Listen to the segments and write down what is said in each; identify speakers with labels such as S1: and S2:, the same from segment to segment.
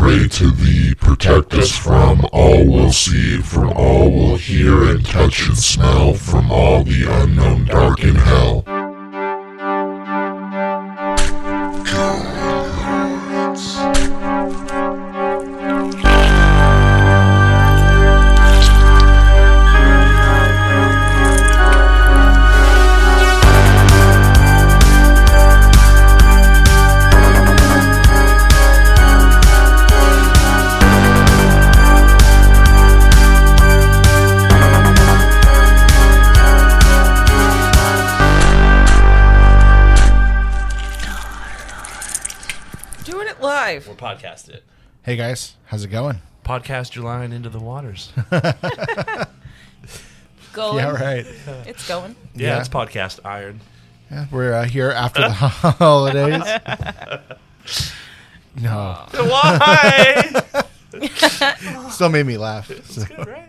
S1: unto thee, protect us from all we'll see, from all we'll hear and touch and smell, from all the unknown dark in hell.
S2: Doing it live.
S3: We're podcasting it.
S4: Hey guys, how's it going?
S3: Podcast your line into the waters.
S2: Going.
S4: Yeah, right.
S2: It's going.
S3: Yeah, it's podcast iron.
S4: Yeah, we're uh, here after the holidays. No,
S3: Why?
S4: still made me laugh. So,
S3: right?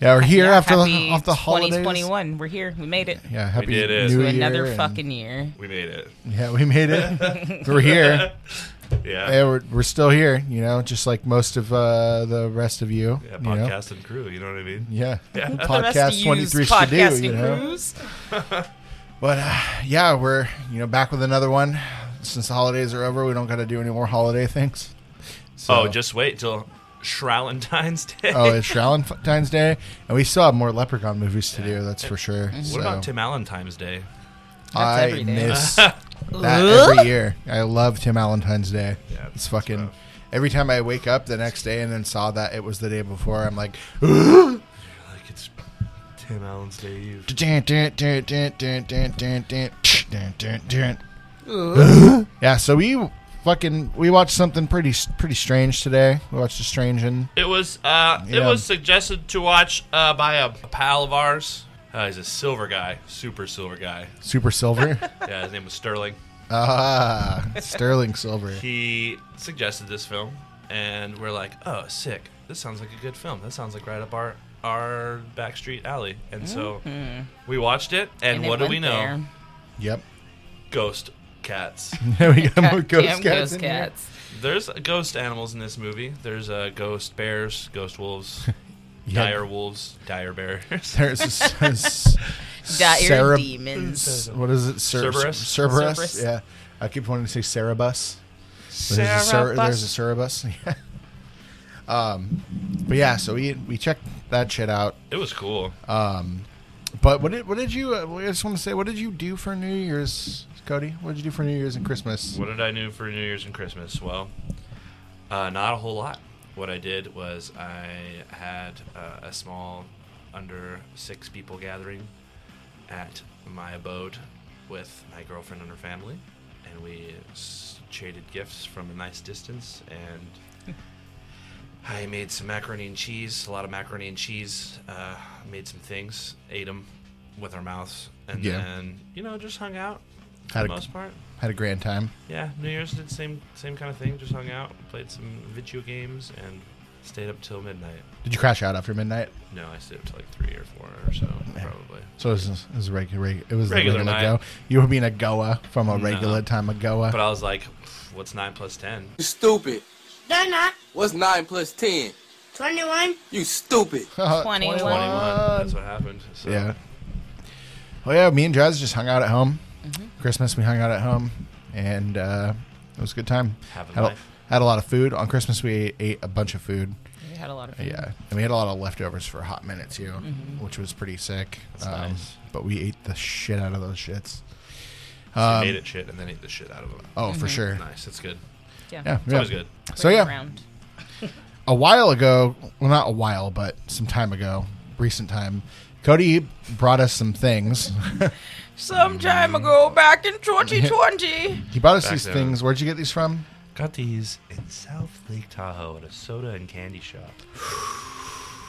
S4: yeah, we're here after
S2: Happy
S4: the, off the holidays.
S2: 2021. We're here. We made it.
S4: Yeah, happy
S3: did it.
S4: New
S2: To
S4: Year.
S2: another
S4: and-
S2: fucking year.
S3: We made it.
S4: Yeah, we made it. we're
S3: Yeah.
S4: here. Yeah, we're, we're still here. You know, just like most of uh, the rest of you.
S3: yeah
S4: you know?
S3: podcast and crew. You know what I mean?
S4: Yeah.
S2: The rest of
S4: podcast
S2: you's
S4: twenty three
S2: podcasting
S4: to do. You know.
S2: crews.
S4: But uh, yeah, we're you know back with another one. Since the holidays are over, we don't got to do any more holiday things. So-
S3: Oh, just wait till Shralentine's Day.
S4: oh, it's Valentine's Day, and we still have more Leprechaun movies to do. That's for sure.
S3: what about Tim Allentine's Day?
S4: I
S2: every day.
S4: miss that every year. I love Tim Valentine's Day.
S3: Yeah,
S4: it's
S3: it's
S4: fucking.
S3: rough.
S4: Every time I wake up the next day and then saw that it was the day before, I'm like,
S3: Like it's Tim Allen's Day Eve.
S4: Dun, dun, dun, dun, dun, dun, dun, dun, dun, dun, dun. yeah. So we fucking we watched something pretty pretty strange today. We watched a strange and
S3: It was uh, it
S4: Yeah.
S3: was suggested to watch uh, by a pal of ours. Uh, he's a silver guy, super silver guy.
S4: super silver.
S3: Yeah, his name was Sterling.
S4: Ah, sterling silver.
S3: He suggested this film, and we're like, "Oh, sick! This sounds like a good film. That sounds like right up our our back street alley." And so we watched it,
S2: Mm-hmm. And
S3: and,
S2: it
S3: what do we
S2: went
S3: know?
S2: there.
S4: Yep.
S3: Ghost cats.
S4: There we got more
S2: God damn
S4: ghost cats.
S2: ghost
S4: in here.
S2: cats.
S3: There's ghost animals in this movie. There's uh, ghost bears, ghost wolves,
S4: Yeah.
S3: dire wolves, dire bears.
S4: There's s- s-
S2: Dire
S4: Cereb-
S2: demons.
S4: What is it? Cer-
S3: Cerberus?
S4: Cerberus.
S2: Cerberus.
S4: Yeah. I keep wanting to say Cerebus. There's a, cer- there's a Cerebus. Yeah. um, but yeah, so we we checked that shit out.
S3: it was cool.
S4: But what did what did you? uh, I just want to say, what did you do for New Year's, Cody? What did you do for New Year's and Christmas?
S3: What did I do for New Year's and Christmas? Well, uh, not a whole lot. What I did was I had uh, a small, under six people gathering at my abode with my girlfriend and her family, and we s- traded gifts from a nice distance. And I made some macaroni and cheese, a lot of macaroni and cheese. Uh, made some things, ate them with our mouths, and
S4: Yeah.
S3: then you know just hung out for
S4: Had
S3: the
S4: a-
S3: most part.
S4: Had a grand time.
S3: Yeah, New Year's did same same kind of thing. Just hung out, played some video games, and stayed up till midnight.
S4: Did you crash out after midnight?
S3: No, I stayed up till like three or four or so, probably.
S4: So it was, it was regular. It was
S3: Regular
S4: regular, regular
S3: night.
S4: go. You were being a goa from a regular time a goa.
S3: But I was like, "What's nine plus ten?
S5: You stupid.
S6: They're not.
S5: What's 9 plus 10?
S6: 21.
S5: You stupid.
S2: 21.
S3: Twenty-one." That's what happened. So.
S4: Yeah. Oh yeah, me and Jazz just hung out at home. Christmas we hung out at home, and uh, it was a good time.
S3: Having
S4: had, a,
S3: life.
S4: had a lot of food on Christmas. We ate a bunch of food.
S2: We had a lot of fun.
S4: Yeah, and we had a lot of leftovers for a hot minute too, which was pretty sick. Um,
S3: That's nice.
S4: But we ate the shit out of those shits.
S3: So
S4: um,
S3: made it shit and then ate the shit out of them.
S4: Oh, for sure.
S3: Nice, that's good.
S2: Yeah.
S4: Yeah,
S3: It's
S4: yeah.
S3: always good.
S4: So
S2: Went
S4: yeah,
S2: around.
S4: a while ago, well, not a while, but some time ago, recent time, Cody brought us some things.
S2: Some time ago, back in 2020.
S4: he brought us
S3: Back
S4: these
S3: then.
S4: things. Where'd you get these from?
S3: Got these in South Lake Tahoe at a soda and candy shop.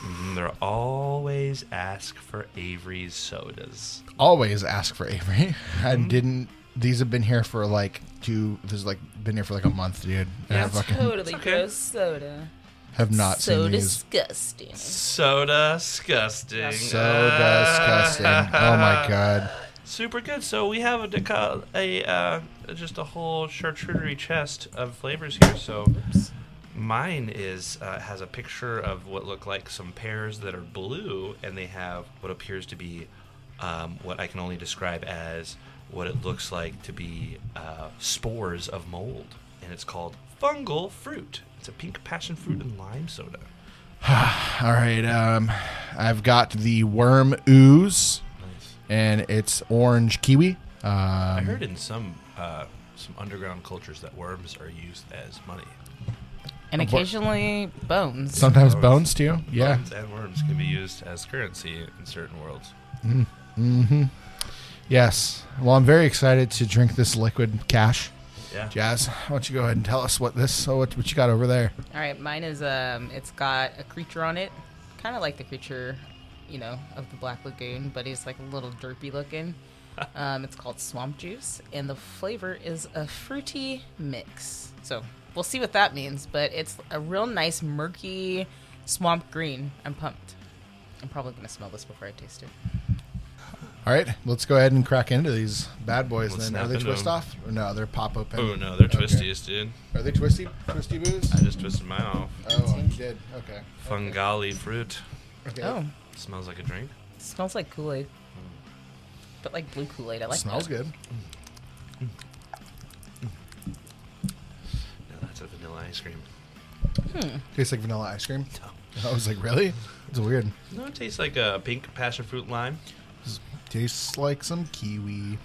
S3: Mm, They're always ask for Avery's sodas.
S4: always ask for Avery. I
S3: Hmm?
S4: didn't. These have been here for like two. This is like been here for like a month, dude. And I
S3: Yeah.
S4: fucking
S2: totally
S3: okay.
S2: gross soda.
S4: have not
S2: so
S4: seen these.
S2: disgusting.
S3: Soda disgusting.
S4: So
S3: Uh,
S4: disgusting. Oh my god.
S3: super good. So we have a deco- a uh, just a whole charcuterie chest of flavors here. So Mine is uh, has a picture of what look like some pears that are blue, and they have what appears to be um, what I can only describe as what it looks like to be uh, spores of mold, and it's called fungal fruit. It's a pink passion fruit and lime soda.
S4: All right. Um, I've got the worm ooze,
S3: Nice.
S4: and it's orange kiwi.
S3: I
S4: Um,
S3: heard in some uh, some underground cultures that worms are used as money.
S2: And occasionally bones.
S4: sometimes bones too. Yeah.
S3: Bones and worms can be used as currency in certain worlds.
S4: Yes. Well, I'm very excited to drink this liquid cash.
S3: Yeah.
S4: Jazz, why don't you go ahead and tell us what this? So what, what you got over there?
S2: All right, mine is um, it's got a creature on it, kind of like the creature, you know, of the Black Lagoon, but he's like a little derpy looking. um, it's called Swamp Juice, and the flavor is a fruity mix. So we'll see what that means, but it's a real nice murky swamp green. I'm pumped. I'm probably gonna smell this before I taste it.
S4: All right, let's go ahead and crack into these bad boys.
S3: Let's
S4: then are
S3: snap
S4: they
S3: into
S4: twist
S3: them.
S4: off? Or no, they're pop open.
S3: Oh no, they're
S4: Okay.
S3: twisties, dude.
S4: Are they twisty? Twisty boos?
S3: I just twisted mine off.
S4: Oh, you did. Okay.
S3: Fungali fruit.
S4: okay.
S2: Oh,
S3: Smells like a drink.
S2: it smells like Kool Aid, but like blue Kool Aid. I like.
S4: smells
S2: that.
S4: good.
S3: No, that's a vanilla ice cream.
S4: Tastes like vanilla ice cream. I was like, really? It's weird.
S3: No, it tastes like a pink passion fruit lime.
S4: Tastes like some kiwi.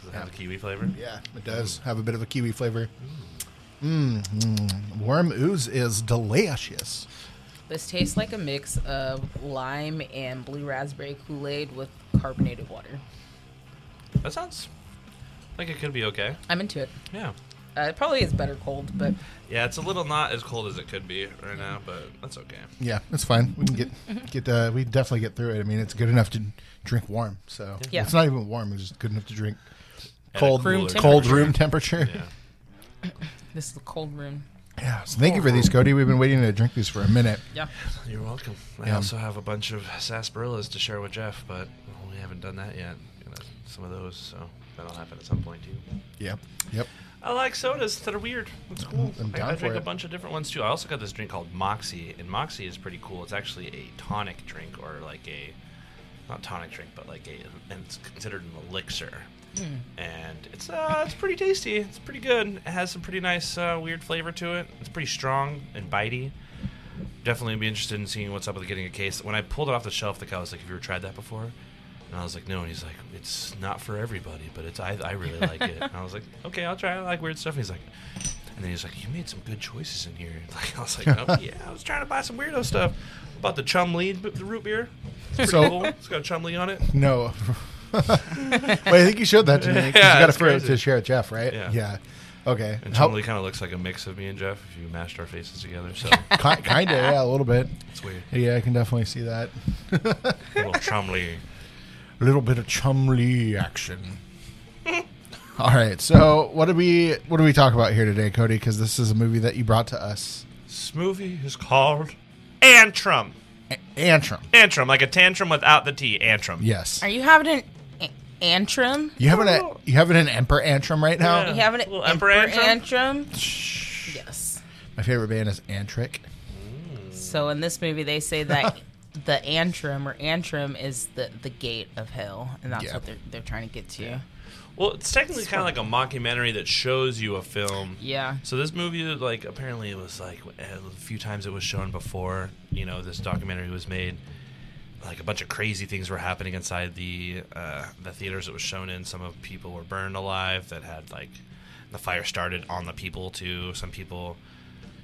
S3: Does it have a kiwi flavor?
S4: Yeah, it does have a bit of a kiwi flavor. Mmm, mm. worm ooze is delicious.
S2: This tastes like a mix of lime and blue raspberry Kool Aid with carbonated water.
S3: That sounds like it could be okay.
S2: I'm into it.
S3: Yeah.
S2: Uh, it probably is better cold, but
S3: Yeah, it's a little not as cold as it could be right now, but that's okay.
S4: Yeah, it's fine. We can get get uh, we definitely get through it. I mean, it's good enough to drink warm. So
S2: Yeah.
S4: it's not even warm. It's just good enough to drink
S3: At a
S4: cold
S3: cooler
S2: Room
S4: cold
S3: temperature.
S4: room temperature.
S3: Yeah.
S2: this is the cold room.
S4: Yeah, So thank you for these, Cody. We've been waiting to drink these for a minute.
S2: Yeah.
S3: You're welcome. I
S4: Yeah.
S3: also have a bunch of sarsaparillas to share with Jeff, but we haven't done that yet. Gonna- Some of those, so that'll happen at some point too.
S4: Yep. Yep.
S3: I like sodas that are weird. It's cool.
S4: I'm
S3: I,
S4: down
S3: I drink
S4: for
S3: a
S4: it.
S3: bunch of different ones too. I also got this drink called Moxie, and Moxie is pretty cool. It's actually a tonic drink, or like a not tonic drink, but like a, and it's considered an elixir.
S4: Hmm.
S3: And it's uh, it's pretty tasty. It's pretty good. It has some pretty nice uh, weird flavor to it. It's pretty strong and bitey. Definitely be interested in seeing what's up with getting a case. When I pulled it off the shelf, the guy was like, "Have you ever tried that before?" And I was like, "No." And he's like, "It's not for everybody, but it's I, I really like it." And I was like, "Okay, I'll try. it. I like weird stuff." And he's like, and then he's like, "You made some good choices in here." Like I was like, "Oh yeah, I was trying to buy some weirdo stuff." About the chum lead b- the root beer. It's
S4: So-
S3: so cool. it's got chum lead on it.
S4: No. Wait, I think you showed that to me. 'cause
S3: Yeah,
S4: you got it
S3: it's
S4: for
S3: crazy.
S4: to share with Jeff, right?
S3: Yeah.
S4: Okay.
S3: And
S4: How,
S3: chum lead kind of looks like a mix of me and Jeff if you mashed our faces together. So
S4: ki- kinda, yeah, a little bit.
S3: it's weird.
S4: Yeah, I can definitely see that.
S3: Little chum lead.
S4: A little bit of Chumley action. All right. So, what do we what do we talk about here today, Cody? Because this is a movie that you brought to us.
S3: This movie is called Antrim.
S4: A- Antrim.
S3: Antrim, like a tantrum without the T. Antrim.
S4: Yes.
S2: Are you having an a- antrim?
S4: You having a you having an emperor antrim right now?
S2: You having an
S3: Little emperor
S2: antrim? Yes.
S4: My favorite band is Antric.
S2: So in this movie, they say that the antrim or antrim is the, the gate of hell, and that's
S4: Yeah.
S2: what they're, they're trying to get to. Yeah.
S3: Well, it's technically kind of like a mockumentary that shows you a film. So this movie, like, apparently it was like a few times it was shown before. You know, this documentary was made. Like a bunch of crazy things were happening inside the uh, the theaters it was shown in. Some of people were burned alive. That had like the fire started on the people too. Some people,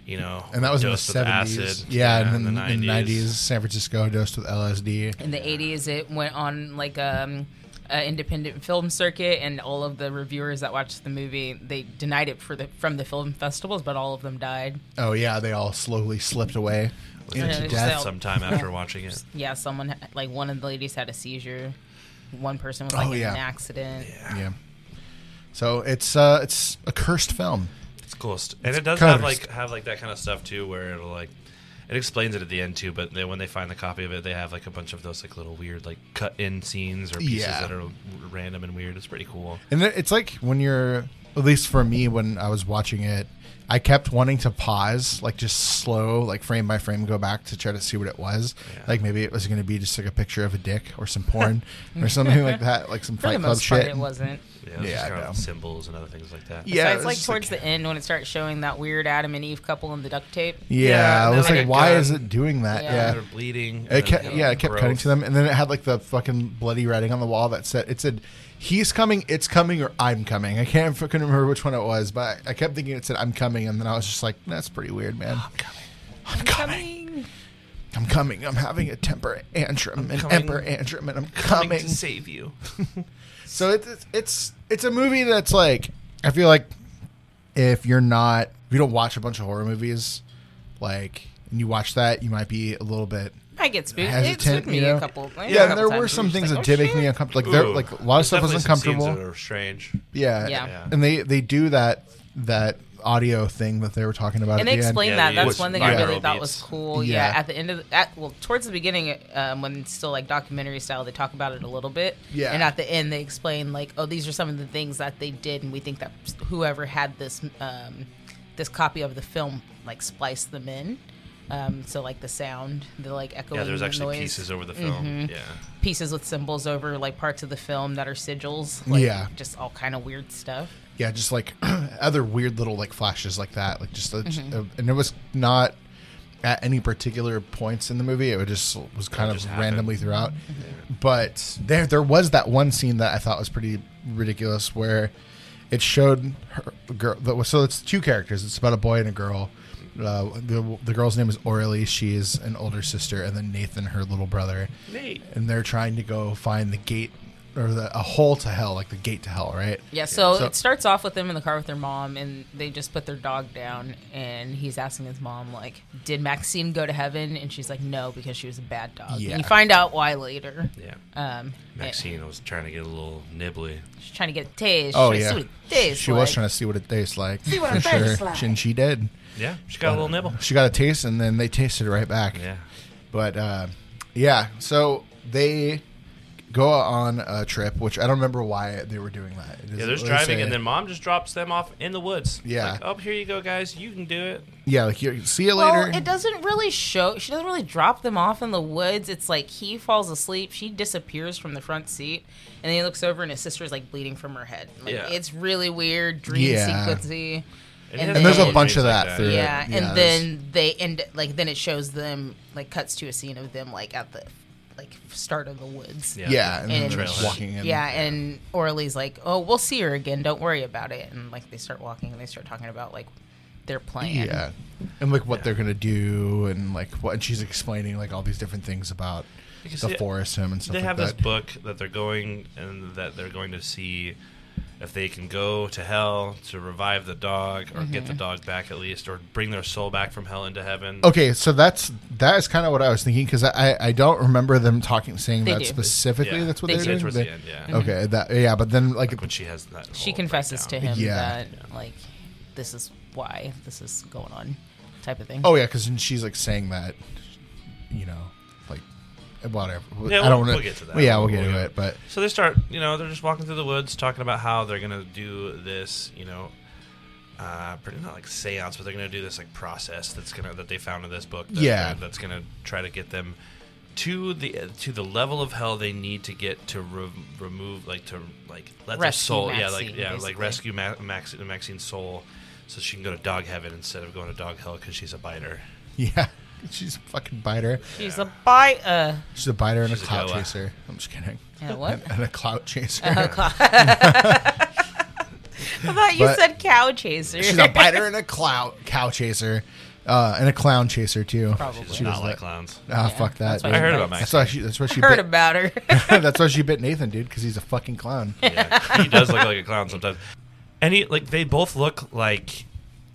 S3: you know,
S4: And that was in the
S3: dosed with
S4: seventies.
S3: acid.
S4: Yeah, and then in the nineties, San Francisco dosed with LSD.
S2: In the 80s, it went on like um, a independent film circuit, and all of the reviewers that watched the movie they denied it for the from the film festivals, but all of them died.
S4: Oh yeah, they all slowly slipped away
S2: Yeah,
S4: into
S2: they
S4: death.
S2: sell-
S3: Sometime after watching it,
S2: Yeah, someone like one of the ladies had a seizure. One person was like
S4: Oh,
S2: in
S4: yeah.
S2: an accident.
S4: Yeah. So it's uh it's a cursed film.
S3: It's cool, st- and it does have
S4: cursed.
S3: like have like that kind of stuff too, where it'll like it explains it at the end too. But they, when they find the copy of it, they have like a bunch of those like little weird like cut in scenes or pieces
S4: Yeah.
S3: that are r- random and weird. It's pretty cool.
S4: And it- it's like when you're, at least for me, when I was watching it, I kept wanting to pause, like just slow, like frame by frame, go back to try to see what it was. Like maybe it was going to be just like a picture of a dick or some porn or something like that, like some
S2: For the
S4: Fight Club
S2: most part,
S4: shit.
S2: it wasn't.
S3: Yeah, it was
S4: Yeah,
S3: just
S4: I
S3: kind
S4: know.
S3: of symbols and other things like that.
S4: Yeah,
S2: Besides,
S4: it was
S2: like
S4: just
S2: towards the end when it starts showing that weird Adam and Eve couple in the duct tape.
S4: yeah,
S3: Yeah,
S4: I
S3: and
S4: was
S3: then,
S4: like,
S3: like, a
S4: why
S3: gun.
S4: is it doing that?
S2: Yeah.
S4: yeah.
S3: They're bleeding.
S4: It kept, yeah, it kept cutting to them, and then it had like the fucking bloody writing on the wall that said, "It said, he's coming, it's coming, or I'm coming." I can't fucking remember which one it was, but I kept thinking it said, "I'm coming," and then I was just like, "That's pretty weird, man.
S2: I'm coming.
S4: I'm coming. I'm having a temper antrim, an
S3: coming.
S4: emperor antrim, and I'm
S3: Coming,
S4: coming."
S3: to save you.
S4: So it's it's- it's it's a movie that's like I feel like if you're not if you don't watch a bunch of horror movies, like and you watch that, you might be a little bit
S2: I get spooked. It
S4: hesitant.
S2: spooked me
S4: you know?
S2: a couple. like, a
S4: yeah, and
S2: couple
S4: there
S2: times.
S4: were
S2: It
S4: some
S2: was
S4: things
S2: like,
S4: that did
S2: oh,
S4: make me
S2: shit.
S4: uncomfortable. Like, there,
S3: Ooh.
S4: like a lot of
S3: There's
S4: stuff
S3: definitely
S4: was
S3: some scenes
S4: uncomfortable.
S3: that are strange.
S4: Yeah.
S2: Yeah.
S3: Yeah.
S4: and they they do that that audio thing that they were talking about.
S2: and
S4: at
S2: they
S4: the
S2: explained
S3: Yeah,
S2: that.
S3: the
S2: That's
S3: Which
S2: one thing I
S3: binaural
S2: really thought was
S3: beats.
S2: cool. Yeah.
S4: Yeah.
S2: at the end of the, at, well, towards the beginning, um, when it's still like documentary style, they talk about it a little bit.
S4: Yeah.
S2: And at the end, they explain like, oh, these are some of the things that they did, and we think that whoever had this um, this copy of the film like spliced them in. Um, so like the sound, the like echoing
S3: Yeah, there's actually
S2: noise,
S3: pieces over the film. Yeah.
S2: pieces with symbols over like parts of the film that are sigils. Like,
S4: Yeah.
S2: Just all kind of weird stuff.
S4: end. Yeah, just like other weird little like flashes like that. Like just a,
S2: Mm-hmm.
S4: a- and it was not at any particular points in the movie. It would just was kind of
S3: just happened. Mm-hmm.
S4: randomly throughout. But there there was that one scene that I thought was pretty ridiculous where it showed her girl. that was- So it's two characters. It's about a boy and a girl. Uh, the, the girl's name is Orly. She is an older sister, and then Nathan, her little brother.
S3: Nate.
S4: and they're trying to go find the gate or the a hole to hell, like the gate to hell, right?
S2: Yeah, so,
S4: So-
S2: it starts off with them in the car with their mom, and they just put their dog down, and he's asking his mom, like, did Maxine go to heaven? And she's like, no, because she was a bad dog.
S4: Yeah.
S2: And you find out why later.
S3: Yeah.
S2: Um,
S3: Maxine was trying to get a little nibbly.
S2: and She's trying to get a taste.
S4: Oh
S2: She's
S4: yeah,
S2: like, "See what it tastes
S4: she was
S2: like."
S4: trying to see what it tastes like.
S6: See what
S4: for
S6: it tastes
S4: sure.
S6: like.
S4: and she did.
S3: Yeah, she got a little nibble.
S4: She got a taste, and then they tasted it right back.
S3: Yeah.
S4: But uh, yeah, so they go on a trip, which I don't remember why they were doing that. It
S3: Yeah,
S4: doesn't
S3: there's
S4: really
S3: driving,
S4: say.
S3: and then mom just drops them off in the woods.
S4: Yeah.
S3: Like, oh, here you go, guys. You can do it.
S4: yeah, like you see you
S2: Well,
S4: later.
S2: it doesn't really show. She doesn't really drop them off in the woods. It's like he falls asleep. She disappears from the front seat, and then he looks over, and his sister's like bleeding from her head. Like,
S3: Yeah.
S2: It's really weird, dream
S4: Yeah.
S2: sequency.
S3: it
S2: And
S3: has
S2: then-
S4: and there's a
S3: little
S4: bunch
S3: things
S4: of
S3: like
S4: that. through it.
S2: yeah, and
S4: there's-
S2: then they end like then it shows them like cuts to a scene of them like at the like start of the woods.
S3: Yeah.
S4: yeah, and,
S2: And
S4: then they're
S3: Trailhead.
S4: just walking in.
S2: Yeah, and Orly's like, "Oh, we'll see her again. Don't worry about it." And like they start walking and they start talking about like their plan.
S4: Yeah. And like what they're gonna do, and like what, and she's explaining like all these different things about
S3: Because
S4: the
S3: they-
S4: forest home and stuff
S3: They
S4: like
S3: have this
S4: that.
S3: book that they're going and that they're going to see if they can go to hell to revive the dog or get the dog back at least or bring their soul back from hell into heaven.
S4: Mm-hmm. okay, so that's that is kind of what I was thinking because I, I I don't remember them talking saying
S2: They
S4: that
S2: do.
S4: specifically.
S3: Yeah.
S4: That's what
S2: They
S4: they are
S2: do. Mm-hmm.
S4: doing.
S3: Towards
S4: They-
S3: the end, yeah.
S4: Okay, that yeah, but then like
S3: When she has that,
S2: She
S3: whole
S2: confesses to
S3: breakdown.
S2: him
S4: Yeah.
S2: that like this is why this is going on, type of thing.
S4: oh yeah, because she's like saying that, you know, like whatever.
S3: Yeah,
S4: I don't
S3: we'll-
S4: wanna-
S3: we'll get to that.
S4: Yeah, we'll
S3: We'll-
S4: get
S3: we'll
S4: to
S3: get-
S4: it, but
S3: So they start, you know, they're just walking through the woods talking about how they're gonna do this, you know, uh, pretty not like seance, but they're gonna do this like process that's gonna that they found in this book. That,
S4: Yeah.
S3: that- that's gonna try to get them to the to the level of hell they need to get to re- remove like to like let their
S2: Rescue
S3: soul, yeah, like
S2: Maxine,
S3: yeah, like
S2: basically.
S3: rescue Ma- Max- Maxine's soul, so she can go to dog heaven instead of going to dog hell because she's a biter.
S4: yeah, she's a fucking biter.
S2: She's a bi. Uh,
S4: She's a biter and
S3: She's
S4: a
S3: a
S4: clout
S3: goa.
S4: chaser. I'm just kidding.
S2: and what? Oh.
S4: And a clout chaser.
S2: I thought you
S4: But-
S2: said cow chaser.
S4: She's a biter and a clout cow chaser, uh, and a clown chaser too.
S2: Probably.
S3: She's
S2: She
S3: not
S4: was
S3: like
S4: that-
S3: clowns.
S4: Ah, fuck that.
S2: that's why
S4: dude.
S3: I heard about
S4: That's
S3: Max.
S4: why she. That's why she
S2: Heard
S4: bit,
S2: about her.
S4: that's why she bit Nathan, dude, because he's a fucking clown.
S3: Yeah, he does look like a clown sometimes. And he like they both look like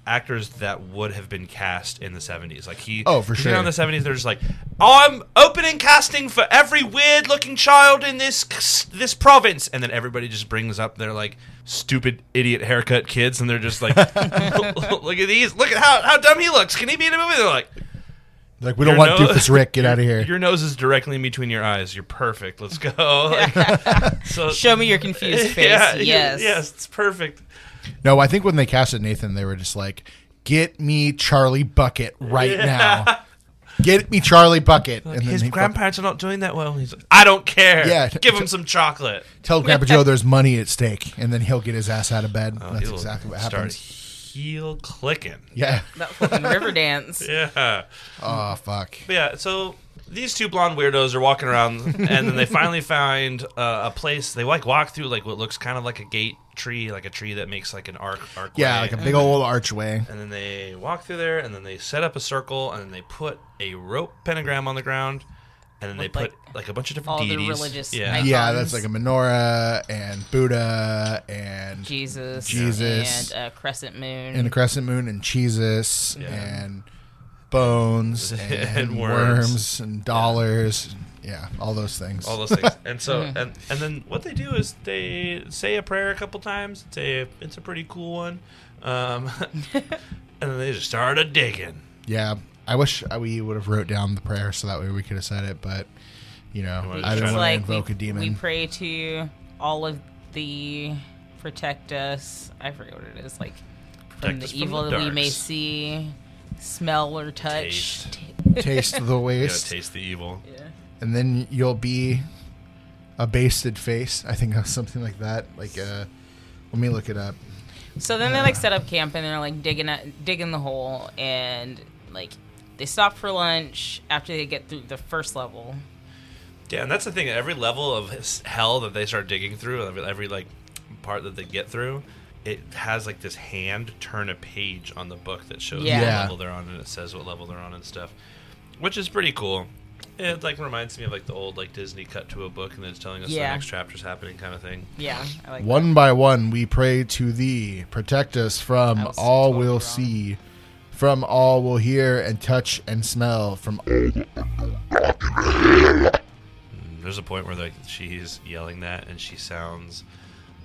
S3: actors that would have been cast in the seventies. Like he
S4: Oh, for
S3: if you're not
S4: sure.
S3: in the seventies, they're just like "Oh, I'm opening casting for every weird looking child in this c- this province, and then everybody just brings up their like stupid idiot haircut kids, and they're just like, look at these, look at how how dumb he looks. Can he be in a movie? They're like.
S4: Like we don't
S3: Your
S4: want
S3: no-
S4: doofus Rick. Get out of here.
S3: Your nose is directly in between your eyes. You're perfect. Let's go. Like, so
S2: Show me your confused face.
S3: yeah,
S2: yes.
S3: yes, it's perfect.
S4: No, I think when they casted Nathan, they were just like, get me Charlie Bucket right now. Get me Charlie Bucket. and
S3: His
S4: he fucking-
S3: grandparents are not doing that well. He's like, I don't care.
S4: Yeah.
S3: Give him some chocolate.
S4: tell Grandpa Joe there's money at stake, and then he'll get his ass out of bed. That's
S3: Oh, He'll
S4: exactly what
S3: start
S4: happens.
S3: Heel clicking.
S4: Yeah.
S2: That fucking river dance.
S3: Yeah.
S4: Oh fuck.
S3: But yeah, so these two blonde weirdos are walking around, and then they finally find uh, a place. They like walk through like what looks kind of like a gate tree, like a tree that makes like an arc. arc
S4: Yeah, like a big old archway.
S3: and then they walk through there, and then they set up a circle, and then they put a rope pentagram on the ground, and then they
S2: With,
S3: put
S2: like,
S3: like, a bunch of different
S2: all the
S3: deities.
S2: religious
S3: yeah.
S2: icons.
S4: Yeah, that's like a menorah and Buddha and
S2: Jesus.
S4: Jesus.
S2: And uh, Crescent Moon.
S4: and a crescent moon and cheeses
S3: Yeah.
S4: and bones and,
S3: And
S4: worms.
S3: worms.
S4: and dollars. Yeah, all those things.
S3: all those things. And so, and, and then what they do is they say a prayer a couple times. It's a it's a pretty cool one, um, and then they just started digging.
S4: yeah, I wish I- we would have wrote down the prayer so that way we could have said it, but you know,
S3: wanna try
S4: I didn't
S2: It's
S3: to-
S4: want to
S2: like
S4: invoke
S2: we,
S4: a demon.
S2: we pray to all of the protect us. I forget what it is like from
S3: Protect
S2: the
S3: us from
S2: evil
S3: the
S2: that we may
S3: darks.
S2: see, smell or touch.
S3: Taste.
S2: T-
S4: taste the
S3: You
S4: waste,
S3: gotta taste the evil.
S4: and then you'll be a basted face. I think something like that. Like, uh, let me look it up.
S2: So then they like set up camp and they're like digging at, digging the hole and like they stop for lunch after they get through the first level.
S3: Yeah, and that's the thing. Every level of his- hell that they start digging through, every, every like part that they get through, it has like this hand turn a page on the book that shows
S2: Yeah.
S4: Yeah.
S3: what level they're on, and it says what level they're on and stuff, which is pretty cool. It like reminds me of like the old like Disney cut to a book and then it's telling us
S2: Yeah.
S3: the next chapter's happening kind of thing.
S2: Yeah, I like
S4: One by one, we pray to thee. Protect us
S2: I
S4: from
S2: was
S4: all
S2: totally
S4: we'll
S2: wrong.
S4: see, from all we'll hear and touch and smell, from oh,
S3: There's a point where like she's yelling that and she sounds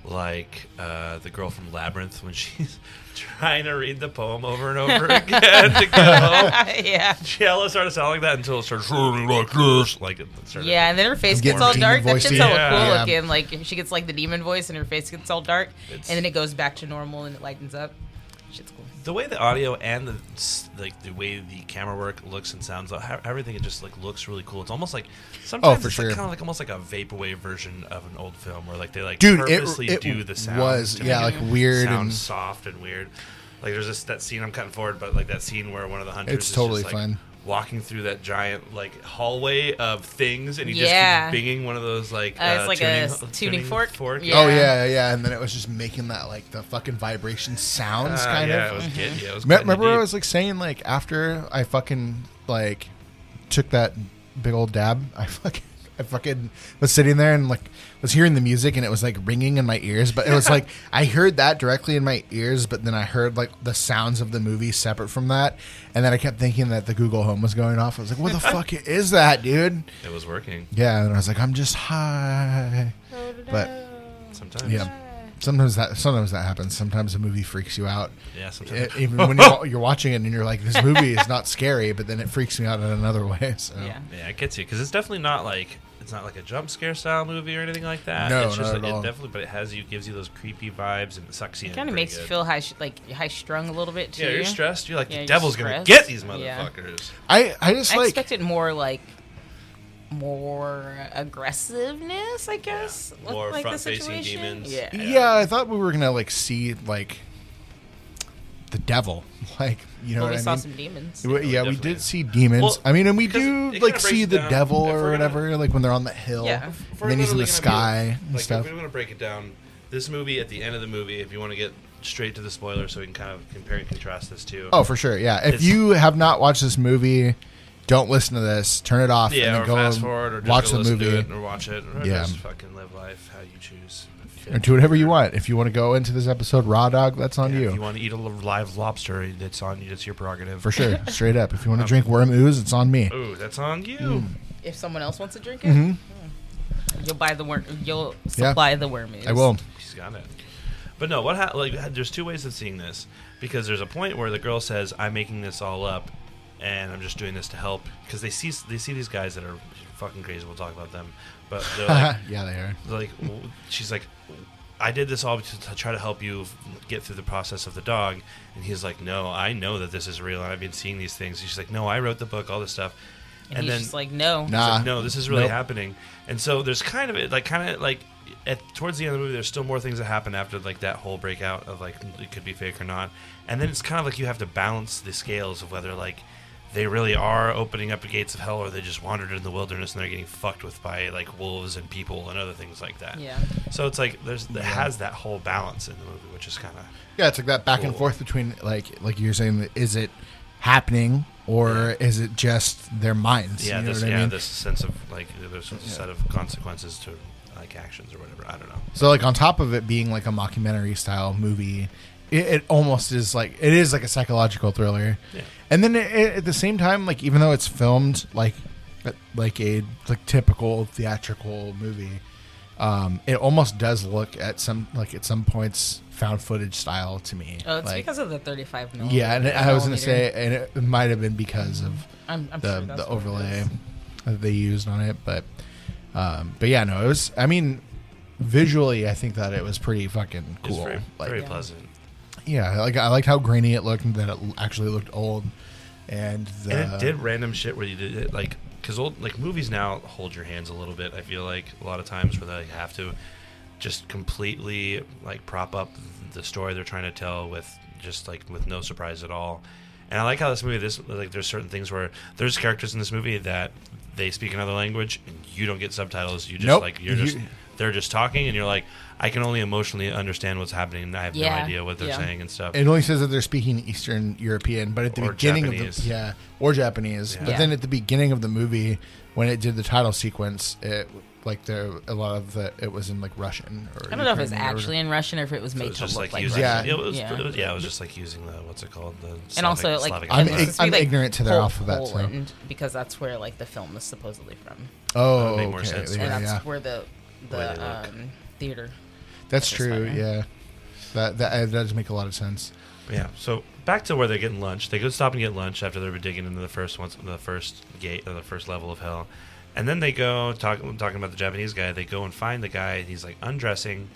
S3: like uh, the girl from Labyrinth when she's trying to read the poem over and over again to get home.
S2: that. yeah.
S3: She always started sounding like that until it started sounding like this. Like it started.
S2: Yeah, and then her face
S4: Get
S2: gets all
S4: demon
S2: dark. That
S4: voice
S2: shit's
S4: in.
S2: all
S3: Yeah.
S2: cool
S4: Yeah.
S2: looking. Like she gets like the demon voice, and her face gets all dark,
S3: It's-
S2: and then it goes back to normal, and it lightens up. Shit's cool.
S3: The way the audio and the s- like the way the camera work looks and sounds, like, how- everything it just like looks really cool. It's almost like sometimes
S4: Oh, for
S3: it's
S4: sure.
S3: like, kind of like almost like a vaporwave version of an old film where like they like
S4: dude, it,
S3: purposely
S4: it
S3: do the sound.
S4: was yeah, like weird
S3: sound
S4: and
S3: soft and weird. Like there's this that scene I'm cutting forward, but like that scene where one of the hunters
S4: It's
S3: is
S4: totally
S3: just, like,
S4: fun.
S3: walking through that giant like hallway of things, and he
S2: Yeah.
S3: just keeps binging one of those like
S2: Uh, it's like a s-
S3: tuning,
S2: tuning fork. Yeah.
S4: oh yeah, yeah. And then it was just making that like the fucking vibration sounds
S2: Ah,
S3: Uh,
S4: kind
S3: yeah,
S4: of.
S3: It
S2: Mm-hmm.
S3: was good. Yeah, it was
S4: Me-
S3: good
S4: Remember, I
S3: indeed.
S4: was like saying like after I fucking like took that big old dab, I fucking. I fucking was sitting there and like was hearing the music and it was like ringing in my ears, but it was like I heard that directly in my ears, but then I heard like the sounds of the movie separate from that, and then I kept thinking that the Google Home was going off. I was like, "What the fuck is that, dude?"
S3: It was working
S4: Yeah, and I was like, "I'm just high," but
S3: sometimes.
S4: yeah, sometimes that sometimes that happens. Sometimes a movie freaks you out.
S3: Yeah, sometimes.
S4: E- even when you're, you're watching it and you're like, this movie is not scary, but then it freaks me out in another way. So
S2: Yeah.
S3: yeah, it gets you because it's definitely not like it's not like a jump scare style movie or anything like that.
S4: No,
S3: it's just
S4: not
S3: like,
S4: at all.
S3: It definitely, but it has you gives you those creepy vibes and it sucks you. in
S2: Kind of
S3: pretty
S2: makes you
S3: good.
S2: feel high, sh- like high strung a little bit too.
S3: Yeah, you're stressed. You're like
S2: Yeah,
S3: the
S2: you're
S3: devil's gonna
S2: stressed.
S3: get these
S2: Yeah.
S3: motherfuckers.
S4: I, I just
S2: I
S4: like
S2: expected more like more aggressiveness, I guess. with,
S3: More
S2: like, the
S3: front-facing
S2: situation.
S3: demons.
S2: Yeah.
S4: yeah, I thought we were gonna like see like the devil, like you know
S2: Well,
S4: what
S2: we
S4: I
S2: saw
S4: mean.
S2: some demons.
S4: We- yeah, we
S3: definitely.
S4: did see demons.
S3: Well,
S4: I mean, and we
S3: because
S4: do
S3: it kinda
S4: like
S3: breaks
S4: see
S3: it
S4: the
S3: down.
S4: devil
S3: If
S4: or
S3: we're gonna-
S4: whatever, like when they're on the hill,
S2: Yeah.
S3: If
S4: and
S3: we're
S4: then he's in the
S3: literally gonna
S4: sky
S3: be-
S4: and
S3: like,
S4: stuff.
S3: If we're gonna break it down, this movie at the end of the movie, if you want to get straight to the spoiler, so we can kind of compare and contrast this to.
S4: Oh, for sure. Yeah. If
S3: It's-
S4: you have not watched this movie, don't listen to this. Turn it off and
S3: Yeah,
S4: then
S3: or
S4: go
S3: fast
S4: and
S3: forward, or just
S4: watch
S3: go
S4: the
S3: listen to
S4: movie
S3: it or watch it, or
S4: Yeah.
S3: just fucking live life how you choose.
S4: or do whatever you want. If you want to go into this episode raw dog, that's on
S3: Yeah,
S4: you.
S3: If you want to eat a li- live lobster, that's on you. It's your prerogative.
S4: for sure. Straight up. If you want
S3: Um,
S4: to drink worm ooze, it's on me.
S3: Ooh, that's on you.
S2: If someone else wants to drink it, hmm, you'll buy the worm. You'll
S4: Mm-hmm. Yeah.
S2: supply the worm.
S4: I will.
S3: He's got it. But no, what ha- like there's two ways of seeing this because there's a point where the girl says, "I'm making this all up, and I'm just doing this to help," because they see they see these guys that are fucking crazy. We'll talk about them, but they're like,
S4: yeah, they are.
S3: like w- she's like I did this all to, to try to help you f- get through the process of the dog. And he's like, no, I know that this is real. And I've been seeing these things. He's like, no, I wrote the book, all this stuff.
S2: And, he's just like, no.
S4: Nah.
S3: It's like, no, this is really
S4: Ah, Nope.
S3: happening. And so there's kind of like kind of like at towards the end of the movie, there's still more things that happen after like that whole breakout of like it could be fake or not. And then it's kind of like you have to balance the scales of whether like they really are opening up the gates of hell or they just wandered in the wilderness and they're getting fucked with by like wolves and people and other things like that.
S2: Yeah.
S3: So it's like there's it has that whole balance in the movie, which is kind of
S4: Yeah, it's like that back and
S3: Cool.
S4: forth between like like you're saying, is it happening or is it just their minds?
S3: yeah,
S4: you know
S3: this
S4: what I
S3: yeah,
S4: mean?
S3: this sense of like there's a set of consequences to like actions or whatever. I don't know.
S4: So like on top of it being like a mockumentary style movie, it, it almost is like it is like a psychological thriller.
S3: Yeah.
S4: And then it, it, at the same time, like even though it's filmed like like a like typical theatrical movie, um, it almost does look at some like at some points found footage style to me.
S2: Oh, it's
S4: Like,
S2: because of the 35 millimeter.
S4: yeah, and I was gonna
S2: millimeter.
S4: say, and it might have been because of
S2: I'm, I'm
S4: the
S2: sure that's
S4: the
S2: what it
S4: overlay
S2: is.
S4: that they used on it, but um, but yeah, no, it was. I mean, visually, I think that it was pretty fucking
S3: It's
S4: cool.
S3: very,
S4: like,
S3: very
S2: Yeah.
S3: pleasant.
S4: yeah, like I liked how grainy it looked and that it l- actually looked old, and the
S3: and it did random shit where you did it like because old like movies now hold your hands a little bit i feel like a lot of times where they have to just completely like prop up the story they're trying to tell with just like with no surprise at all and i like how this movie this like there's certain things where there's characters in this movie that they speak another language and you don't get subtitles you just
S4: Nope.
S3: like you're
S4: You-
S3: just they're just talking and you're like i can only emotionally understand what's happening and i have
S2: Yeah,
S3: no idea what they're
S2: yeah.
S3: saying and stuff
S4: It only says that they're speaking Eastern European, but at the
S3: Or
S4: beginning of
S3: Japanese.
S4: the yeah, or Japanese. But
S2: Yeah.
S4: then at the beginning of the movie, when it did the title sequence, it like there a lot of the it was in like Russian. Or
S2: I don't know if it's
S4: Ukrainian or-
S2: actually in Russian or if it was
S3: So
S2: made
S3: it's
S2: to
S3: just
S2: look
S3: like,
S2: like
S3: using,
S2: Russian.
S4: Yeah.
S3: yeah. It was,
S2: Yeah.
S3: It was, yeah, it was just like using the what's it called, the Slavic,
S2: and also, like,
S3: Slavic
S2: it was
S4: I'm
S3: alphabet.
S4: ig-
S2: supposed to be,
S4: I'm ignorant to their
S2: Pol-
S4: alphabet, so-
S2: Poland, because that's where like the film is supposedly from.
S4: Oh,
S3: would make more
S4: okay,
S3: sense.
S4: yeah,
S2: and that's
S4: yeah.
S2: where the the
S3: way they look.
S2: um, theater.
S4: That's
S2: Which is
S4: true.
S2: fine.
S4: Yeah, that that, uh, that does make a lot of sense.
S3: Yeah. So back to where they're getting lunch. They go stop and get lunch after they're digging into the first once the first gate or the first level of hell, and then they go talk, talking about the Japanese guy. They go and find the guy. And he's like undressing,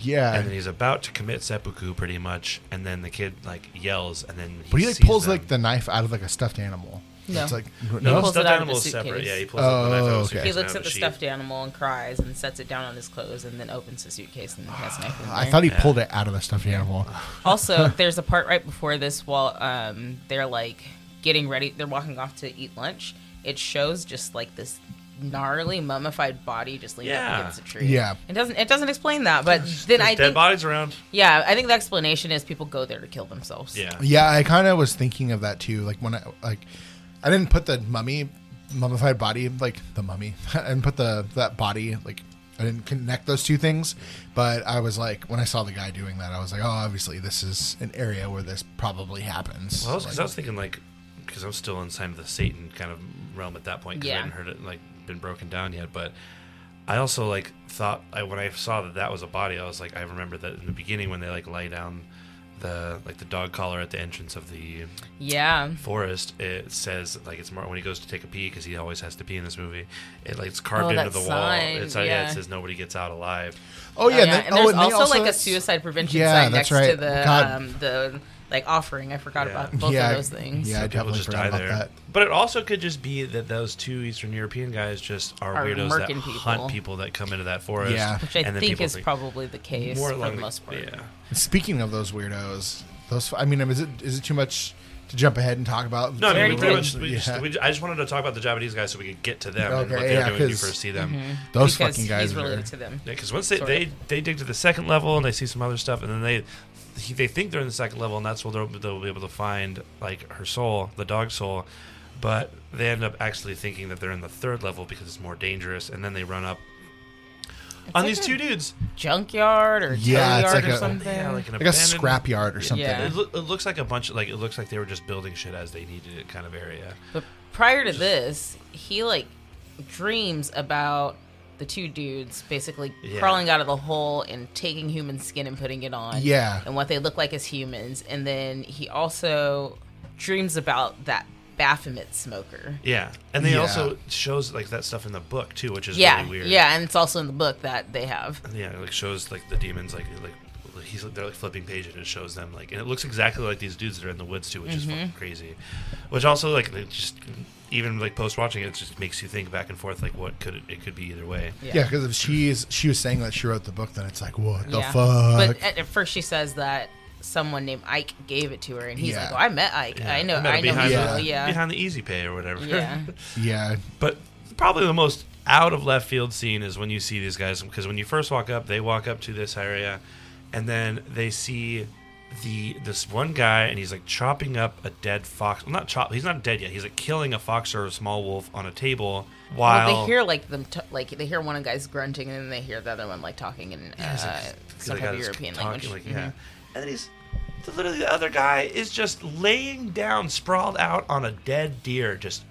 S4: Yeah,
S3: and then he's about to commit seppuku, pretty much. And then the kid like yells, and then he
S4: but he like
S3: sees
S4: pulls
S3: them.
S4: like the knife out of like a stuffed animal.
S2: No.
S4: it's like
S3: no,
S4: no,
S3: the
S2: pulls it
S3: stuffed
S2: out of
S3: animal
S2: the
S3: is separate.
S2: suitcase.
S3: Yeah, he pulls up the knife
S4: Oh,
S3: out of the
S4: okay.
S3: suitcase
S4: He
S2: He
S3: and
S2: looks
S3: out
S2: at
S3: of
S2: the
S3: sheath.
S2: stuffed animal and cries and sets it down on his clothes and then opens the suitcase and has knife in there.
S4: I thought he
S3: Yeah.
S4: pulled it out of a stuffed animal.
S2: also, there's a part right before this while um, they're like getting ready, they're walking off to eat lunch. It shows just like this gnarly mummified body just leaning
S3: Yeah.
S2: up against a tree.
S4: Yeah.
S2: it doesn't it doesn't explain that, but then
S3: There's
S2: I
S3: dead
S2: think
S3: bodies around.
S2: yeah, I think the explanation is people go there to kill themselves.
S3: Yeah.
S4: Yeah, I kind of was thinking of that too. Like when I like, I didn't put the mummy, mummified body, like the mummy, and put the that body like. I didn't connect those two things, but I was like, when I saw the guy doing that, I was like, oh, obviously this is an area where this probably happens.
S3: Well, I was, 'cause I
S4: Like,
S3: was thinking like, because I'm still inside of the Satan kind of realm at that point. Because I
S2: Yeah.
S3: hadn't heard it like been broken down yet, but I also like thought I, when I saw that that was a body, I was like, I remember that in the beginning when they like lay down the like the dog collar at the entrance of the
S2: yeah.
S3: forest. It says like it's mar- when he goes to take a pee because he always has to pee in this movie. It like it's carved
S2: Oh,
S3: into
S2: that
S3: the
S2: sign,
S3: wall. It's, uh, yeah,
S2: yeah.
S3: it says nobody gets out alive.
S4: oh yeah,
S2: Oh, yeah.
S4: then-
S2: and
S4: oh,
S2: there's
S4: and they
S2: also, like a
S4: s-
S2: suicide prevention
S4: Yeah,
S2: sign
S4: that's
S2: next
S4: right.
S2: to the
S4: God.
S2: um, the like offering. I forgot
S3: Yeah.
S2: about both
S4: yeah,
S2: of those things.
S4: Yeah, I
S3: People
S4: definitely
S3: just
S4: forgot
S3: die
S4: about
S3: there.
S4: that.
S3: But it also could just be that those two Eastern European guys just are,
S2: Are
S3: weirdos that
S2: merkin people.
S3: hunt people that come into that forest.
S4: Yeah.
S2: Which I
S3: and then
S2: think
S3: people
S2: is probably the case for the
S3: along
S2: most part.
S3: Yeah.
S4: Speaking of those weirdos, those I mean, is it is it too much to jump ahead and talk about?
S3: No, I mean,
S2: Very
S3: we pretty
S2: good.
S3: much, we
S4: Yeah.
S3: just, we, I just wanted to talk about the Japanese guys so we could get to them and
S4: Okay,
S3: what they're
S4: yeah,
S3: doing when you
S4: 'cause-
S3: first see them.
S2: Mm-hmm.
S4: those
S2: because
S4: fucking guys
S2: he's related
S4: are-
S2: to them.
S3: Because once they,
S2: Sort
S3: they they dig to the second level and they see some other stuff, and then they he- they think they're in the second level, and that's where they'll, they'll be able to find like her soul, the dog soul. But they end up actually thinking that they're in the third level because it's more dangerous, and then they run up on
S2: like
S3: these
S2: a-
S3: two dudes.
S2: Junkyard or
S4: Yeah,
S2: tow
S4: it's
S2: yard
S4: like
S2: or
S4: a-
S2: something.
S3: Yeah, like an
S4: like a
S3: abandoned-
S4: scrapyard or something.
S2: Yeah.
S3: It, loo- it looks like a bunch of like it looks like they were just building shit as they needed it kind of area.
S2: but prior to this, he like dreams about the two dudes basically
S3: Yeah.
S2: crawling out of the hole and taking human skin and putting it on.
S4: Yeah.
S2: And what they look like as humans. And then he also dreams about that Baphomet smoker.
S3: Yeah, and they
S4: Yeah.
S3: also shows like that stuff in the book too, which is
S2: yeah,
S3: really weird.
S2: yeah, and it's also in the book that they have.
S3: yeah, it, like shows like the demons like like he's they're like flipping pages and it shows them like and it looks exactly like these dudes that are in the woods too, which is
S2: Mm-hmm.
S3: fucking crazy. Which also like it just even like post watching it just makes you think back and forth like what could it, it could be either way.
S4: Yeah, because if she's she was saying that she wrote the book, then it's like what the
S2: Yeah.
S4: fuck?
S2: But at, at first, she says that someone named Ike gave it to her, and he's
S4: Yeah.
S2: like, "Well, I met Ike.
S3: Yeah.
S2: I know.
S3: met
S2: I
S3: it
S2: know.
S3: behind
S2: people."
S3: the,
S2: yeah.
S3: behind the easy pay or whatever.
S2: Yeah.
S4: yeah,
S3: But probably the most out of left field scene is when you see these guys because when you first walk up, they walk up to this area, and then they see the this one guy and he's like chopping up a dead fox. Well, not chop. He's not dead yet. He's like killing a fox or a small wolf on a table while
S2: Well, they hear like them, t- like they hear one guy's grunting, and then they hear the other one like talking in uh,
S3: it's like- it's
S2: some
S3: like how
S2: type of
S3: this
S2: European
S3: talking,
S2: language.
S3: like,
S2: Mhm.
S3: yeah. And then he's so literally the other guy is just laying down, sprawled out on a dead deer, just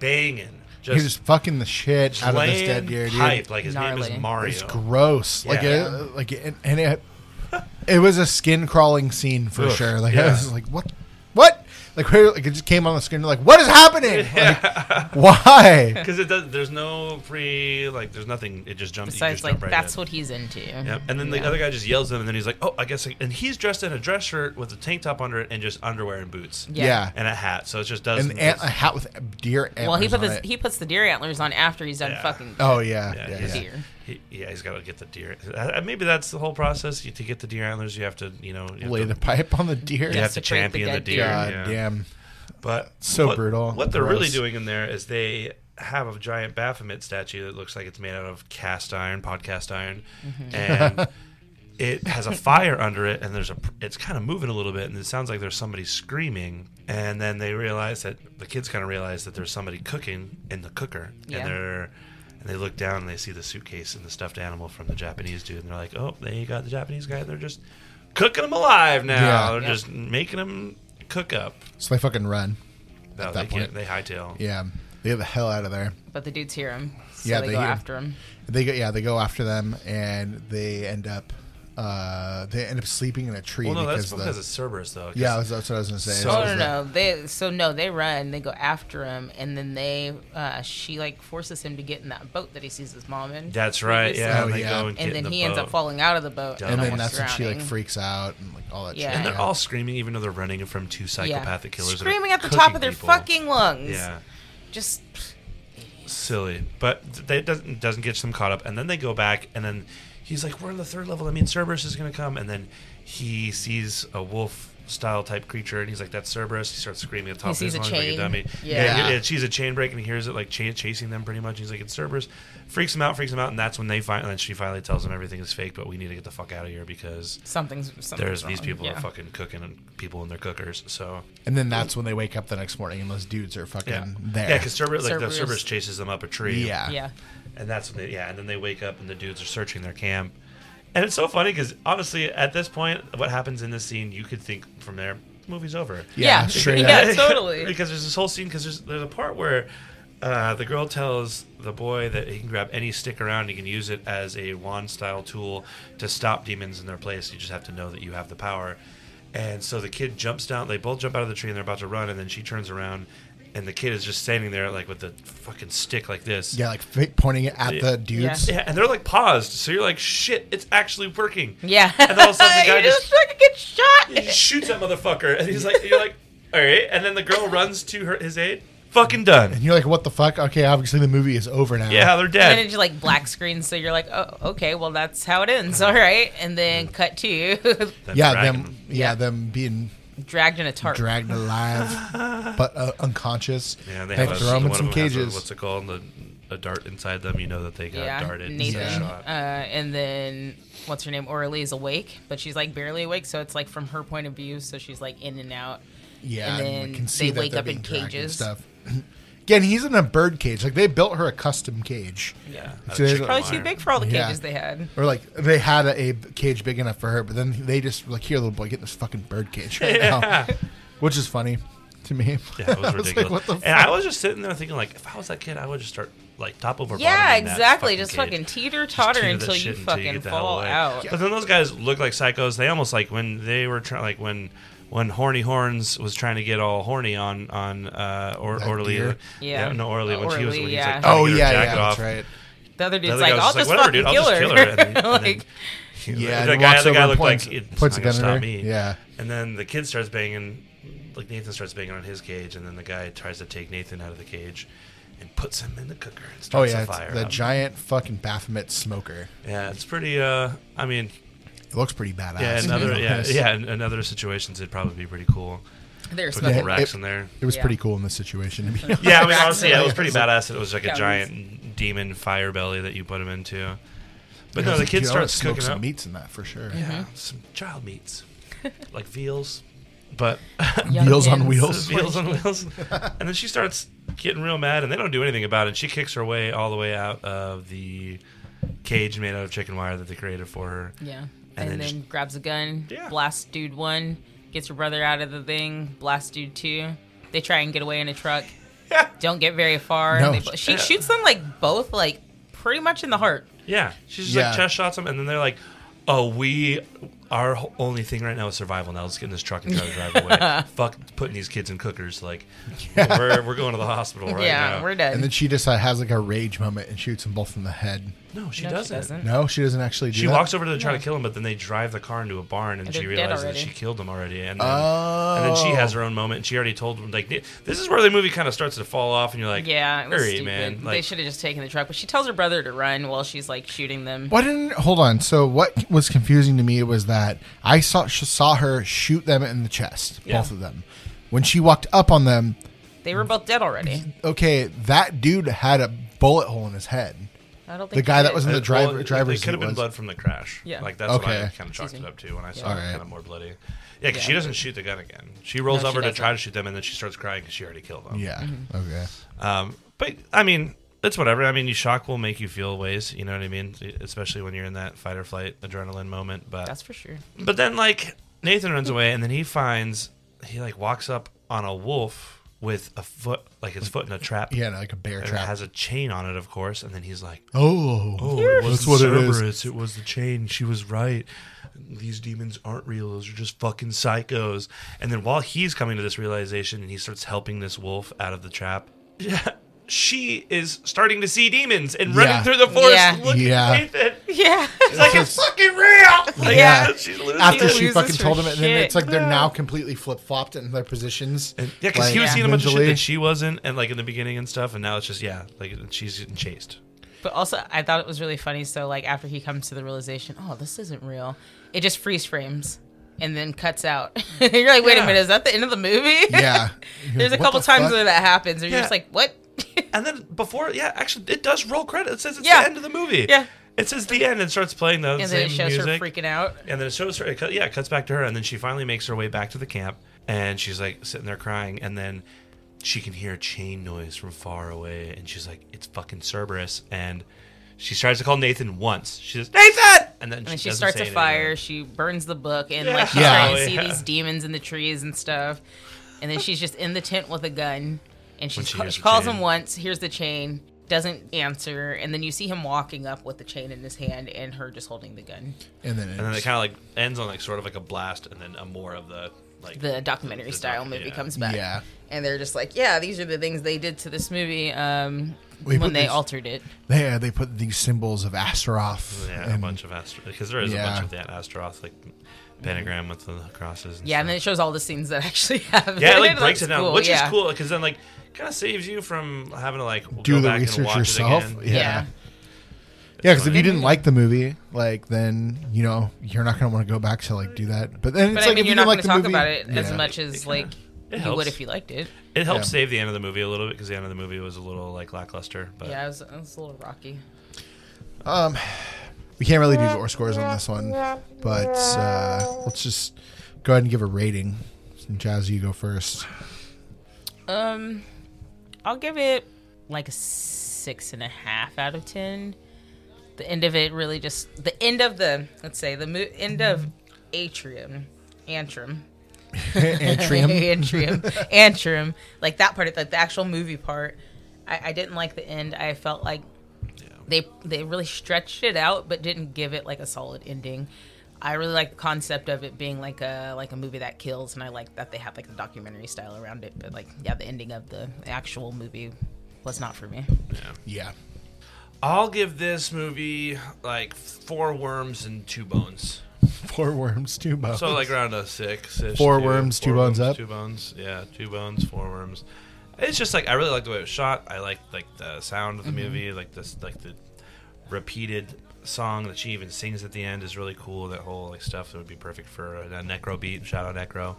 S3: banging,
S4: he's
S3: just,
S4: just fucking the shit out of this
S3: laying
S4: dead deer, dude.
S3: pipe like his name
S2: Gnarly.
S3: is Mario.
S4: It's gross. Like
S3: Yeah.
S4: it, like it, and it, it was a skin crawling scene for
S3: Ugh,
S4: sure. Like I
S3: yeah.
S4: was like, what, what? Like, where, like it just came on the screen. Like, what is happening? Like, why?
S3: Because it does. There's no pre. Like there's nothing. It just jumps.
S2: Besides,
S3: you just
S2: like
S3: jump right
S2: that's
S3: in.
S2: what he's into.
S3: Yep. And then the
S2: Yeah.
S3: other guy just yells at him, and then he's like, "Oh, I guess." I, and he's dressed in a dress shirt with a tank top under it, and just underwear and boots.
S2: Yeah.
S4: Yeah.
S3: And a hat. So it just does.
S4: And ant, a hat with deer antlers.
S2: Well, he put
S4: on
S2: his,
S4: it.
S2: he puts the deer antlers on after he's done
S3: Yeah.
S2: fucking.
S4: Oh yeah, yeah,
S3: Yeah,
S4: yeah.
S3: he's-
S2: deer.
S3: He, yeah, he's got to get the deer. Uh, Maybe that's the whole process. You, to get the deer antlers, you have to, you know, you have
S4: Lay
S3: to,
S4: the pipe on the deer.
S3: you have to
S2: Desecrate the
S3: champion the,
S2: dead
S3: deer.
S2: deer.
S4: God
S3: yeah.
S4: damn.
S3: But
S4: So
S3: what-
S4: brutal.
S3: What they're really
S4: Gross.
S3: doing in there is they have a giant Baphomet statue that looks like it's made out of cast iron, podcast iron,
S4: Mm-hmm.
S3: and it has a fire under it, and there's a. It's kind of moving a little bit, and it sounds like there's somebody screaming, and then they realize that the kids kind of realize that there's somebody cooking in the cooker,
S2: Yeah.
S3: and they're. And they look down and they see the suitcase and the stuffed animal from the Japanese dude, and they're like, "Oh, they got the Japanese guy. They're just cooking them alive now.
S4: Yeah.
S3: They're
S2: Yeah.
S3: just making them cook up."
S4: So they fucking run.
S3: No,
S4: at
S3: they
S4: that
S3: can't.
S4: point.
S3: They hightail.
S4: Yeah, they get the hell out of there.
S2: But the dudes hear him, so
S4: Yeah,
S2: they,
S4: they
S2: go
S4: hear him.
S2: after him.
S4: They go, yeah, they go after them, and they end up, uh, they end up sleeping in a tree
S3: Well, no, that's
S4: because the-
S3: because it's Cerberus, though. 'cause-
S4: yeah, that's, that's what I was gonna say.
S3: So-
S4: It's
S2: Oh
S4: just
S2: no,
S4: that-
S2: no, they so no, they run. They go after him, and then they uh, she like forces him to get in that boat that he sees his mom in.
S3: that's right.
S2: previously.
S3: Yeah,
S4: Oh,
S3: and they
S4: yeah.
S3: go and, get
S2: and
S3: in
S2: then
S3: the
S2: he ends up
S3: boat.
S2: falling out of the boat.
S3: Dumb.
S4: and then
S2: almost
S4: that's when she like
S2: drowning.
S4: freaks out and like all that.
S2: Yeah.
S4: shit.
S3: And they're all screaming, even though they're running from two psychopathic killers. that are
S2: screaming at the top
S3: cooking
S2: of their
S3: people.
S2: fucking lungs.
S3: Yeah,
S2: just
S3: silly, but th- they, it doesn't doesn't get them caught up. And then they go back, and then he's like, "We're on the third level. I mean, Cerberus is gonna come." And then he sees a wolf. Style type creature, and he's like, "That's Cerberus." He starts screaming at the top of
S2: sees a
S3: his lungs like a
S2: chain.
S3: dummy.
S2: Yeah.
S3: he- and she's a chain break, and he hears it like cha- chasing them pretty much. He's like, "It's Cerberus," freaks him out, freaks him out, and that's when they find. And then she finally tells him everything is fake, but we need to get the fuck out of here because
S2: something's. something's
S3: there's these
S2: wrong.
S3: people
S2: Yeah.
S3: are fucking cooking and people in their cookers. So
S4: And then that's when they wake up the next morning and those dudes are fucking
S3: yeah,
S4: there.
S3: yeah, because Cerberus, like the
S2: Cerberus.
S3: Cerberus chases them up a tree.
S4: Yeah.
S2: Yeah,
S3: and that's when they, yeah, and then they wake up and the dudes are searching their camp. And it's so funny because honestly, at this point, what happens in this scene, you could think from there, movie's over.
S4: Yeah,
S2: Yeah.
S4: straight
S2: Yeah.
S4: up.
S2: totally.
S3: because there's this whole scene because there's there's a part where uh, the girl tells the boy that he can grab any stick around, he can use it as a wand style tool to stop demons in their place. You just have to know that you have the power. And so the kid jumps down. They both jump out of the tree and they're about to run, and then she turns around, and the kid is just standing there like with the fucking stick like this.
S4: Yeah, like f- pointing it at
S3: Yeah.
S4: the dudes.
S3: Yeah, and they're like paused, so you're like, "Shit, it's actually working."
S2: yeah.
S3: And all of a sudden the guy
S2: you
S3: just-
S2: just fucking get
S3: He just
S2: shot.
S3: shoots that motherfucker, and he's like, "You're like, all right." And then the girl runs to her his aid. Fucking done.
S4: And you're like, what the fuck? Okay, obviously the movie is over now.
S3: Yeah, they're
S2: And then it
S3: dead.
S2: just like black screen, so you're like, oh, okay, well that's how it ends, all right. And then
S3: Mm.
S2: cut to
S4: Yeah,
S3: dragging
S4: them. Yeah, them being
S2: dragged in a tarp.
S4: dragged alive, but uh, unconscious.
S3: Yeah,
S4: they,
S3: they have a-
S4: throw them in
S3: one
S4: some
S3: of them has a-
S4: cages.
S3: what's it called? The, a dart inside them. You know that they got
S2: yeah,
S3: darted. and
S2: Nathan.
S3: shot.
S2: Uh, and then what's her name? Orly is awake, but she's like barely awake, so it's like from her point of view, so she's like in and out.
S4: yeah,
S2: and
S4: we
S2: then
S4: can
S2: they
S4: see that
S2: wake
S4: they're
S2: up in
S4: being dragged and
S2: cages.
S4: Stuff. Again, he's in a bird cage. Like they built her a custom cage,
S3: yeah,
S4: So
S3: a
S4: there's
S3: chicken
S4: a-
S2: Probably
S3: wire.
S2: too big for all the
S4: Yeah.
S2: cages they had.
S4: or like they had a, a cage big enough for her, but then they just like, here, little boy, get in this fucking bird cage right now, which is funny to me.
S3: Yeah, it was
S4: I was like,
S3: ridiculous.
S4: what the
S3: and I was just sitting there thinking, like, if I was that kid, I would just start like top over.
S2: Yeah,
S3: bottom in that
S2: exactly. Just
S3: cage.
S2: fucking teeter totter
S3: teeter that
S2: until you
S3: shit until
S2: fucking
S3: get the hell
S2: fall
S3: away.
S2: out.
S3: But then those guys look like psychos. They almost like when they were trying, like when when Horny Horns was trying to get all horny on on uh, or,
S4: That
S3: Orly.
S4: deer?
S2: Yeah.
S3: no Orly when she was
S2: Orly,
S3: when he's
S2: yeah.
S3: like, trying to
S4: Oh
S3: get her
S4: yeah, yeah,
S3: jacket
S4: that's
S3: off.
S4: right.
S2: The other
S3: The
S2: dude's
S3: other
S2: like,
S3: guy was
S2: I'll
S3: just
S2: just
S3: like,
S2: fucking
S3: whatever, dude, I'll
S2: kill
S3: just
S2: her.
S3: kill her. And then- and
S2: like,
S3: then-
S4: Yeah,
S3: the
S4: and
S3: guy,
S4: walks
S3: the
S4: over
S3: guy
S4: and
S3: looked
S4: points-
S3: like it's
S4: points
S3: not
S4: a
S3: gonna
S4: gun at
S3: stop
S4: her.
S3: me.
S4: Yeah.
S3: and then the kid starts banging, like Nathan starts banging on his cage, and then the guy tries to take Nathan out of the cage and puts him in the cooker and
S4: Oh
S3: starts
S4: yeah,
S3: a
S4: it's
S3: fire. um,
S4: the
S3: up.
S4: giant fucking Baphomet smoker.
S3: yeah, it's pretty. Uh, I mean,
S4: It looks pretty badass.
S3: yeah, in other, yeah,
S4: Yes.
S3: yeah, in, in other situations it'd probably be pretty cool.
S2: There's
S3: Put a couple
S4: it-
S2: smoking.
S3: racks in there.
S4: It was
S2: Yeah.
S4: pretty cool in this situation. To be honest.
S3: Yeah, I mean,
S2: Racks
S3: honestly, yeah, it was
S2: in
S3: pretty badass. that It was like a
S2: Guns.
S3: giant demon fire belly that you put him into. But
S4: I
S3: no,
S4: was
S3: the
S4: like,
S3: kid
S4: dude, I wanna
S3: starts
S4: smoke
S3: cooking
S4: some
S3: up.
S4: meats in that for sure.
S3: Yeah, some child meats, like veals, but
S2: Young
S4: Wheels on
S2: kids.
S4: wheels.
S3: veals on wheels. And then she starts getting real mad, and they don't do anything about it. She kicks her way all the way out of the cage made out of chicken wire that they created for her.
S2: Yeah.
S3: And
S2: And,
S3: then
S2: then,
S3: just-
S2: grabs a gun,
S3: Yeah.
S2: blasts dude one, gets her brother out of the thing, blasts dude two. They try and get away in a truck.
S3: Yeah.
S2: Don't get very far.
S4: No.
S2: They bo- she shoots them like both, like pretty much in the heart.
S3: Yeah, she's just
S4: Yeah.
S3: like chest shots him, and then they're like, "Oh, we our ho- only thing right now is survival. Now let's get in this truck and try to drive away. Fuck putting these kids in cookers. Like, we're we're going to the hospital right
S2: yeah,
S3: now.
S2: we're dead.
S4: And then she just uh, has like a rage moment and shoots them both in the head.
S3: no, she
S2: No, she
S3: doesn't.
S2: doesn't.
S4: No, she doesn't actually do
S3: She
S4: that.
S3: walks over to try to kill him, but then they drive the car into a barn, and,
S2: And
S3: she
S2: they're dead
S3: realizes that
S2: already.
S3: she killed him already. And then,
S4: Oh.
S3: and then she has her own moment, and she already told him like, "This is where the movie kind of starts to fall off." And you're like,
S2: yeah, it was
S3: hurry,
S2: stupid.
S3: man.
S2: they
S3: Like,
S2: should have just taken the truck. But she tells her brother to run while she's like shooting them.
S4: Why didn't hold on? So what was confusing to me was that I saw sh- saw her shoot them in the chest,
S3: Yeah.
S4: both of them. When she walked up on them,
S2: They were both dead already.
S4: okay, that dude had a bullet hole in his head.
S2: I don't think
S4: The guy
S2: she
S4: that
S2: did.
S4: was in the driver
S3: it-
S4: driver's
S3: It could have
S4: seat
S3: been
S4: was-
S3: blood from the crash.
S2: Yeah.
S3: Like that's what I
S4: Okay.
S3: kind of chalked it
S2: Excuse
S3: up to when I saw
S4: Yeah.
S3: it,
S4: Alright.
S3: kind of more bloody. Yeah, because she
S2: Yeah.
S3: doesn't shoot the gun again. She rolls
S2: No, she
S3: over to
S2: doesn't.
S3: try to shoot them, and then she starts crying because she already killed them.
S4: Yeah. Okay.
S3: Um, but I mean, it's whatever. I mean, you shock will make you feel ways. You know what I mean? Especially when you're in that fight or flight adrenaline moment. But
S2: That's for sure.
S3: but then like Nathan runs away, and then he finds he like walks up on a wolf with a foot, like his foot in a trap.
S4: Yeah, like a bear
S3: And it
S4: trap.
S3: has a chain on it, of course, and then he's like,
S4: oh,
S3: Oh, it
S4: that's
S3: was
S4: what it
S3: Cerberus.
S4: is.
S3: It was the chain. She was right. These demons aren't real. Those are just fucking psychos. And then while he's coming to this realization and he starts helping this wolf out of the trap, she is starting to see demons and running
S4: Yeah.
S3: through the forest
S2: Yeah.
S3: looking
S4: Yeah.
S3: at Nathan.
S2: Yeah.
S3: It's like it's fucking real. Like,
S4: Yeah.
S3: She's losing
S4: After
S3: it.
S4: she
S2: loses
S4: fucking
S2: her
S4: told him, it, and then
S2: shit.
S4: it's like they're now completely flip flopped in their positions.
S3: And- yeah, because
S4: Like,
S3: he was seeing a bunch of shit
S4: mentally.
S3: that she wasn't, and like in the beginning and stuff, and now it's just yeah, like she's getting chased.
S2: But also, I thought it was really funny. So, like, after he comes to the realization, oh, this isn't real, it just freeze frames and then cuts out. you're like, wait
S3: Yeah.
S2: a minute, is that the end of the movie?
S4: yeah.
S2: There's a
S4: What
S2: couple
S4: the
S2: times
S4: fuck?
S2: where that happens, and
S3: Yeah.
S2: you're just like, what?
S3: And then before, yeah, actually, it does roll credit. It says it's
S2: Yeah.
S3: the end of the movie.
S2: Yeah.
S3: It says the end and starts playing the
S2: and
S3: same
S2: then it shows
S3: music.
S2: her freaking out.
S3: and then it shows her, it cut, yeah, it cuts back to her. And then she finally makes her way back to the camp. And she's like sitting there crying. And then she can hear a chain noise from far away. And she's like, it's fucking Cerberus. And she tries to call Nathan once. She says, Nathan! And then she,
S2: And she
S3: doesn't
S2: starts
S3: say
S2: a
S3: anything.
S2: fire. She burns the book, and like she's
S3: Yeah.
S2: trying to
S3: Oh,
S2: see
S3: yeah.
S2: these demons in the trees and stuff. And then she's just in the tent with a gun, and she's,
S3: she
S2: ca-
S3: hears
S2: she
S3: the
S2: calls
S3: chain.
S2: him once. Here's the chain. Doesn't answer, and then you see him walking up with the chain in his hand, and her just holding the gun.
S4: And then, it
S3: And then it
S4: just-
S3: kind of like ends on like sort of like a blast. And then a more of the like.
S2: the documentary
S3: The doc-
S2: style movie
S3: yeah.
S2: comes back.
S4: Yeah.
S2: And they're just like, yeah, these are the things they did to this movie um,
S4: We put
S2: when they
S4: these-
S2: altered it.
S4: there they put these symbols of Astaroth.
S3: yeah, a
S4: and-
S3: bunch of Astro. Because there is a
S4: Yeah.
S3: bunch of that Astaroth like pentagram with the crosses. And
S2: Yeah,
S3: stuff.
S2: and then it shows all the scenes that actually happen.
S3: Yeah, it like
S2: That's
S3: breaks it down,
S2: cool,
S3: which
S2: yeah.
S3: is cool because then like kind of saves you from having to like
S4: Do
S3: go
S4: the
S3: back and
S4: research
S3: watch
S4: yourself.
S3: It
S2: Yeah.
S3: again.
S4: Yeah. Yeah, because if you
S3: Then-
S4: didn't like the movie, like then you know you're not gonna want to go back to like do that. But then
S2: But
S4: it's
S2: I
S4: like
S2: mean,
S4: if you
S2: you're not going
S4: didn't like
S2: to
S4: the
S2: talk
S4: movie,
S2: about it as
S4: yeah.
S2: much as, like,
S3: It
S2: you
S3: helps.
S2: would if you liked it.
S3: It helped
S4: Yeah.
S3: save the end of the movie a little bit because the end of the movie was a little like lackluster. But
S2: Yeah, it was, it was a little rocky.
S4: We can't really do gore scores on this one, but uh, let's just go ahead and give a rating. Jazz, you go first.
S2: Um, I'll give it like a six and a half out of ten. The end of it really just the end of the let's say the mo- end of atrium, antrim,
S4: Antrium.
S2: Antrim. Antrim. Like that part, like the actual movie part. I, I didn't like the end. I felt like they they really stretched it out, but didn't give it like a solid ending. I really like the concept of it being like a like a movie that kills, and I like that they have like the documentary style around it. But like, yeah, the ending of the actual movie was not for me.
S4: Yeah.
S3: I'll give this movie like four worms and two bones.
S4: Four worms, two bones.
S3: So like around a six.
S4: Four worms, two bones up.
S3: Two bones. Yeah, two bones, four worms. It's just like I really like the way it was shot. I like like the sound
S4: Mm-hmm.
S3: of the movie, like this like the repeated song that she even sings at the end is really cool. That whole like stuff that would be perfect for a, a necro beat. Shout out necro.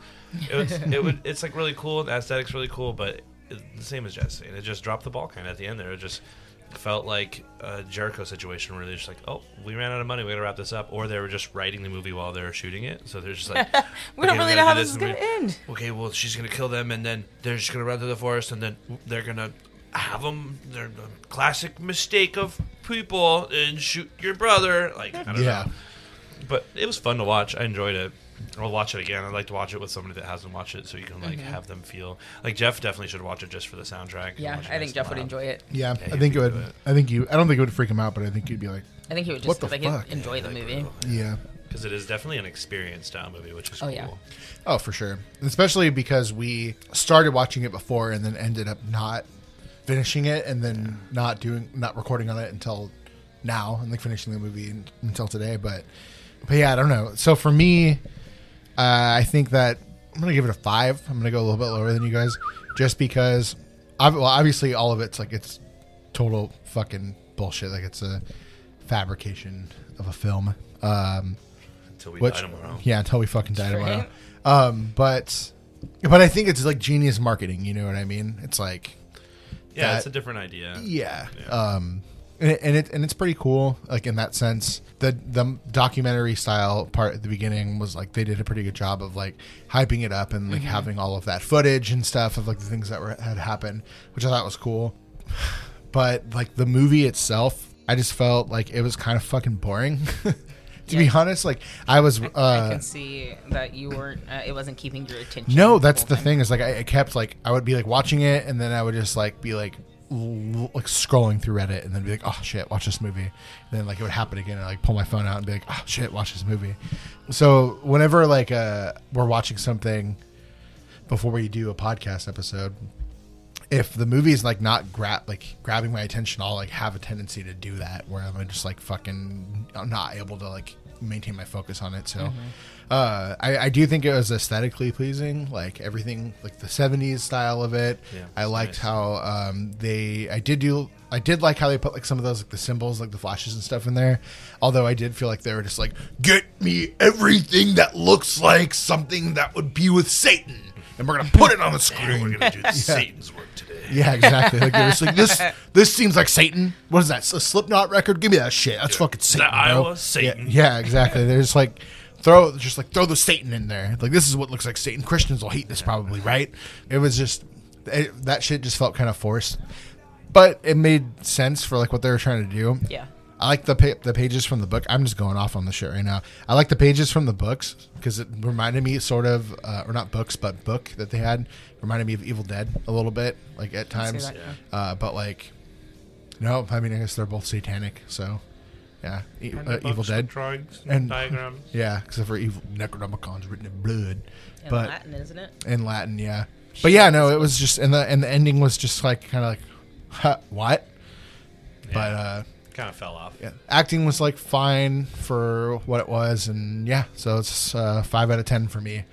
S3: It was, it would it's like really cool. The aesthetic's really cool, but it, the same as Jesse, and it just dropped the ball kind of at the end there. It just felt like a Jericho situation where they're just like, oh, we ran out of money, we gotta wrap this up, or they were just writing the movie while they were shooting it. So they're just like,
S2: We don't
S3: "Okay,
S2: really know
S3: gotta do
S2: how this is
S3: and
S2: gonna
S3: we-
S2: end.
S3: okay, well, she's gonna kill them, and then they're just gonna run through the forest, and then they're gonna have them. Their the classic mistake of people and shoot your brother. Like, I don't
S4: Yeah.
S3: know. But it was fun to watch. I enjoyed it. I'll watch it again. I'd like to watch it with somebody that hasn't watched it, so you can like
S2: Mm-hmm.
S3: have them feel like Jeff definitely should watch it just for the soundtrack. and
S2: Yeah,
S3: watch it
S2: I think
S3: nice
S2: Jeff
S3: and
S2: would
S3: loud.
S2: enjoy it.
S4: Yeah,
S3: Yeah,
S4: I think it
S3: you'd
S4: would.
S3: do it.
S4: I think you. I don't think it would freak him out, but I think you'd be like,
S2: I think he would
S4: What
S2: just
S4: the
S2: like he'd
S4: fuck?
S2: enjoy the movie.
S4: yeah.
S3: because it is definitely an experience style movie, which is
S2: Oh,
S3: cool.
S2: yeah.
S4: Oh, for sure. Especially because we started watching it before and then ended up not finishing it and then not doing not recording on it until now and like finishing the movie un- until today but but yeah, I don't know. So for me, uh, I think that I'm gonna give it a five. I'm gonna go a little bit lower than you guys, just because. ob- Well, obviously, all of it's like it's total fucking bullshit. Like it's a fabrication of a film. Um,
S3: Until we
S4: which
S3: die tomorrow.
S4: yeah, until we fucking die tomorrow.
S2: Right.
S4: Um, but but I think it's like genius marketing. You know what I mean? It's like
S3: Yeah,
S4: that-
S3: it's a different idea.
S4: yeah. Um, and it, and it and it's pretty cool. Like in that sense, the the documentary style part at the beginning was like they did a pretty good job of like hyping it up and like having all of that footage and stuff of like the things that were had happened, which I thought was cool. But like the movie itself, I just felt like it was kind of fucking boring. to be honest, like I was. Uh,
S2: I can see that you weren't. Uh, it wasn't keeping your attention.
S4: no, that's
S2: whole
S4: the
S2: time.
S4: thing. Is like I, I kept like I would be like watching it, and then I would just like be like l- like scrolling through Reddit, and then be like, oh shit, watch this movie. And then like it would happen again, and I'd, like pull my phone out and be like, oh shit, watch this movie. So whenever like uh we're watching something before we do a podcast episode, if the movie's like not grab like grabbing my attention, I'll like have a tendency to do that where I'm just like fucking I'm not able to like maintain my focus on it. So
S3: Mm-hmm.
S4: uh, I, I do think it was aesthetically pleasing, like everything like the '70s style of it.
S3: Yeah,
S4: I liked
S3: nice.
S4: how um, they I did do. I did like how they put like some of those like the symbols like the flashes and stuff in there. Although I did feel like they were just like get me everything that looks like something that would be with Satan, and we're gonna put it on the screen.
S3: We're gonna do Satan's work today.
S4: Yeah, exactly. Like they're just like this. This seems like Satan. What is that? A Slipknot record? Give me that shit. That's fucking Satan. bro.
S3: Iowa Satan.
S4: Yeah, yeah, exactly. They're just like throw, just like throw the Satan in there. Like this is what looks like Satan. Christians will hate this probably, right? It was just it, that shit just felt kind of forced, but it made sense for like what they were trying to do.
S2: Yeah.
S4: I like the pa- the pages from the book. I'm just going off on the shit right now. I like the pages from the books because it reminded me sort of, uh, or not books, but book that they had reminded me of Evil Dead a little bit, like at
S2: see
S4: times.
S2: that,
S4: Uh, but like, no, I mean, I guess they're both satanic, so yeah, E- uh, Evil Dead.
S3: drawings
S4: And-
S3: diagrams.
S4: Yeah, except for Evil Necronomicon's written in blood,
S2: In
S4: but
S2: Latin, isn't it?
S4: in Latin, yeah. But yeah, no, it was just and the and the ending was just like kind of like, huh, what? But uh,
S3: Kind of fell off.
S4: yeah, acting was like fine for what it was, and yeah, so it's uh, five out of ten for me.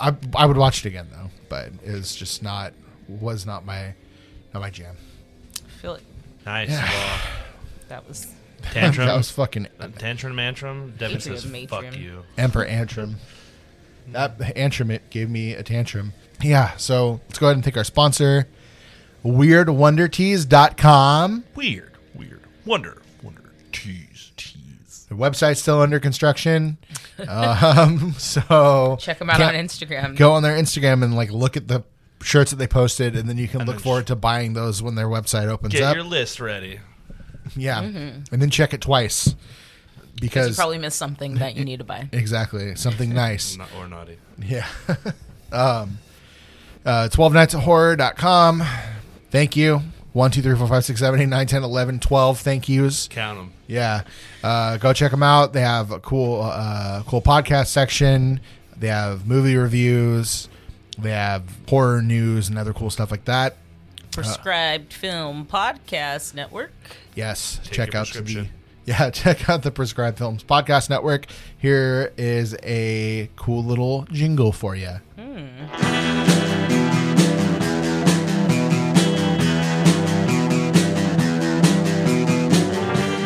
S4: I I would watch it again though, but it was just not was not my not my jam.
S2: I feel like
S3: Nice.
S2: that was
S3: Well, tantrum.
S4: that was fucking
S3: tantrum mantrum. Devin
S2: Atrium,
S3: says, "Fuck
S2: matrium."
S3: you."
S4: Emperor Antrim. That Antrim it gave me a tantrum. Yeah, so let's go ahead and take our sponsor, WeirdWonderTees.com.
S3: Weird. Weird. Wonder. Wonder. Tease. Tease.
S4: The website's still under construction, um, so
S2: check them out
S4: can't-
S2: on Instagram.
S4: go on their Instagram and like look at the shirts that they posted, and then you can look
S3: then
S4: forward to buying those when their website opens
S3: Get
S4: up.
S3: your list ready.
S4: yeah, and then check it twice
S2: Mm-hmm. You
S4: because uh,
S2: probably missed something that you need to buy.
S4: exactly something nice.
S3: Not or naughty.
S4: Yeah. um, uh, 12 nights at horror.com. Thank you. 1, 2, 3, 4, 5, 6, 7, 8, 9, 10, 11, 12 thank yous.
S3: Count them.
S4: Yeah, uh, go check them out. They have a cool, uh, cool podcast section. They have movie reviews. They have horror news and other cool stuff like that.
S2: Prescribed Film Podcast Network.
S4: Yes,
S3: Take
S4: check
S3: your
S4: out the
S3: prescription.
S4: yeah, check out the Prescribed Films Podcast Network. Here is a cool little jingle for you.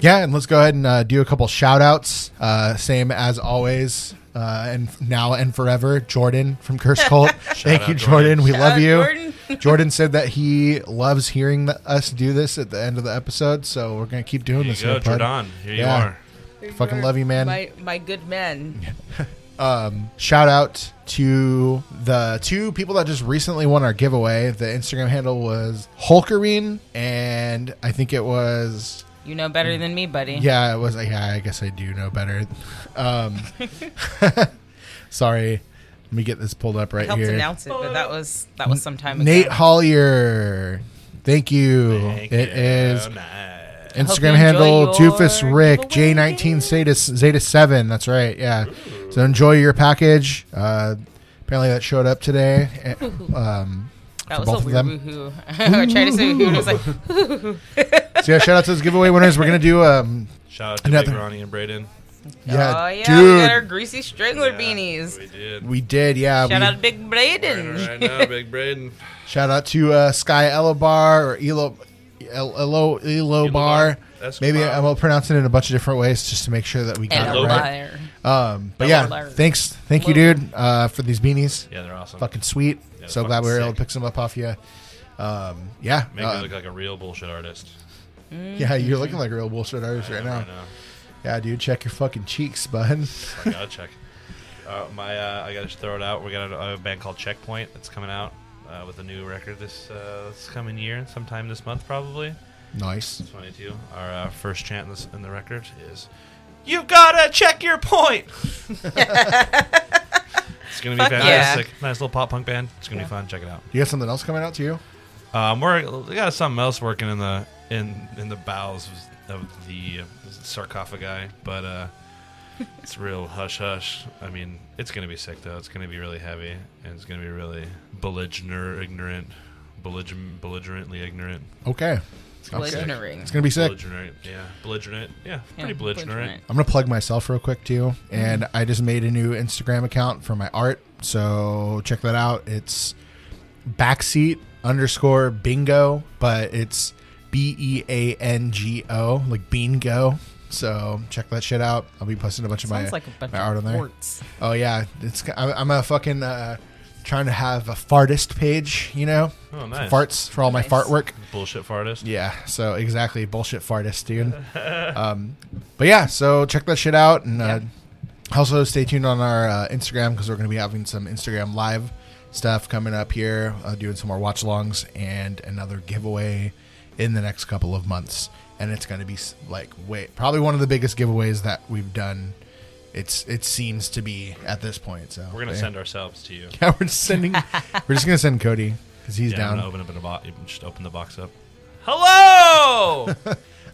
S4: Yeah, and let's go ahead and uh, do a couple shout outs. Uh, same as always, uh, and now and forever, Jordan from Curse Cult. Thank
S3: out,
S4: you, Jordan.
S3: Jordan.
S4: We
S2: Shout
S4: love
S2: out,
S4: you.
S2: Jordan.
S4: Jordan said that he loves hearing th- us do this at the end of the episode, so we're gonna keep doing
S3: Here
S4: this.
S3: you go,
S4: here, bud.
S3: Jordan. Here you
S4: Yeah.
S3: are.
S4: Fucking love you, man.
S2: My, my good man.
S4: shout out to the two people that just recently won our giveaway. The Instagram handle was Hulkerine, and I think it was
S2: You know better than me, buddy.
S4: yeah, it was yeah. I guess I do know better. Um, sorry, let me get this pulled up right
S2: Helped
S4: here.
S2: announce it, but that was that was some time ago.
S4: Nate Hollier, thank you. It
S3: Thank
S4: is
S3: you. Nice.
S4: Instagram
S2: Hope you
S4: handle
S2: enjoy your
S4: Doofus Rick J
S2: giveaway.
S4: nineteen Zeta Zeta seven. That's right. Yeah. So enjoy your package. Uh, apparently that showed up today. Eh, Um,
S2: that was
S4: for
S2: a
S4: both of
S2: weird
S4: them.
S2: woohoo. I tried to say woohoo, and it was like
S4: so yeah, shout out to those giveaway winners. We're gonna do um
S3: Shout out to
S4: Another-
S3: Big Ronnie and Braden.
S4: yeah,
S2: oh yeah, we
S4: dude.
S2: got our greasy strangler beanies.
S3: We did.
S4: we did, yeah.
S2: Shout
S4: we,
S2: out to Big Braden.
S3: right now, Big Braden.
S4: shout out to uh, Sky Elobar or Elo El, Elo Elo
S3: Elobar.
S4: Bar.
S3: That's
S4: Maybe
S3: fine.
S4: I'm gonna pronounce it in a bunch of different ways just to make sure that we got
S2: And a
S4: it right.
S2: liar.
S4: Um, but yeah,
S2: Elobar.
S4: thanks, thank you, dude, uh, for these beanies.
S3: Yeah, they're awesome.
S4: fucking sweet.
S3: Yeah,
S4: so
S3: fucking
S4: glad we were able
S3: sick.
S4: to pick some up off you. Um, yeah,
S3: Make
S4: uh,
S3: me look like a real bullshit artist.
S4: yeah, you're looking like a real bullshit artist right now.
S3: I know.
S4: Yeah, dude, check your fucking cheeks, bud.
S3: I gotta check. Uh, my, uh, I gotta just throw it out. We got a, a band called Checkpoint that's coming out uh, with a new record this uh, this coming year, sometime this month probably.
S4: nice.
S3: It's funny too. Our uh, first chant in, this, in the record is, "You gotta check your point." it's gonna be
S2: Fuck yeah.
S3: fantastic. Nice little pop punk band. It's gonna be fun. Check it out.
S4: You got something else coming out to you?
S3: Um, we're we got something else working in the in in the bowels of, of the uh, sarcophagi, but uh, it's real hush hush. I mean, it's gonna be sick though. It's gonna be really heavy, and it's gonna be really belligerent, ignorant, belligerent, belligerently ignorant.
S4: Okay,
S2: Belligerent.
S4: it's gonna be sick.
S3: Belligerent, yeah, belligerent, yeah,
S2: Yeah,
S3: pretty belligerent.
S4: I'm gonna plug myself real quick too, and
S2: Mm-hmm.
S4: I just made a new Instagram account for my art. So check that out. It's backseat underscore bingo, but it's B E A N G O, like bingo. So check that shit out. I'll be posting a bunch of my,
S2: Sounds like a bunch
S4: my art
S2: of
S4: on there.
S2: quartz.
S4: Oh yeah, it's I- I'm a fucking uh, trying to have a fartist page, you know,
S3: Oh, nice.
S4: farts for all my
S2: Nice.
S4: fart work.
S3: Bullshit fartist.
S4: Yeah, so exactly bullshit fartist, dude. um, but yeah, so check that shit out, and uh, also stay tuned on our uh, Instagram because we're gonna be having some Instagram live stuff coming up here, uh, doing some more watch alongs and another giveaway in the next couple of months, and it's gonna be s- like wait, probably one of the biggest giveaways that we've done. It's it seems to be at this point. So
S3: We're gonna
S4: yeah.
S3: send ourselves to you.
S4: Yeah, we're just sending. we're just gonna send Cody because he's
S3: Yeah, I'm
S4: down.
S3: gonna open up in a box. Just open the box up. Hello.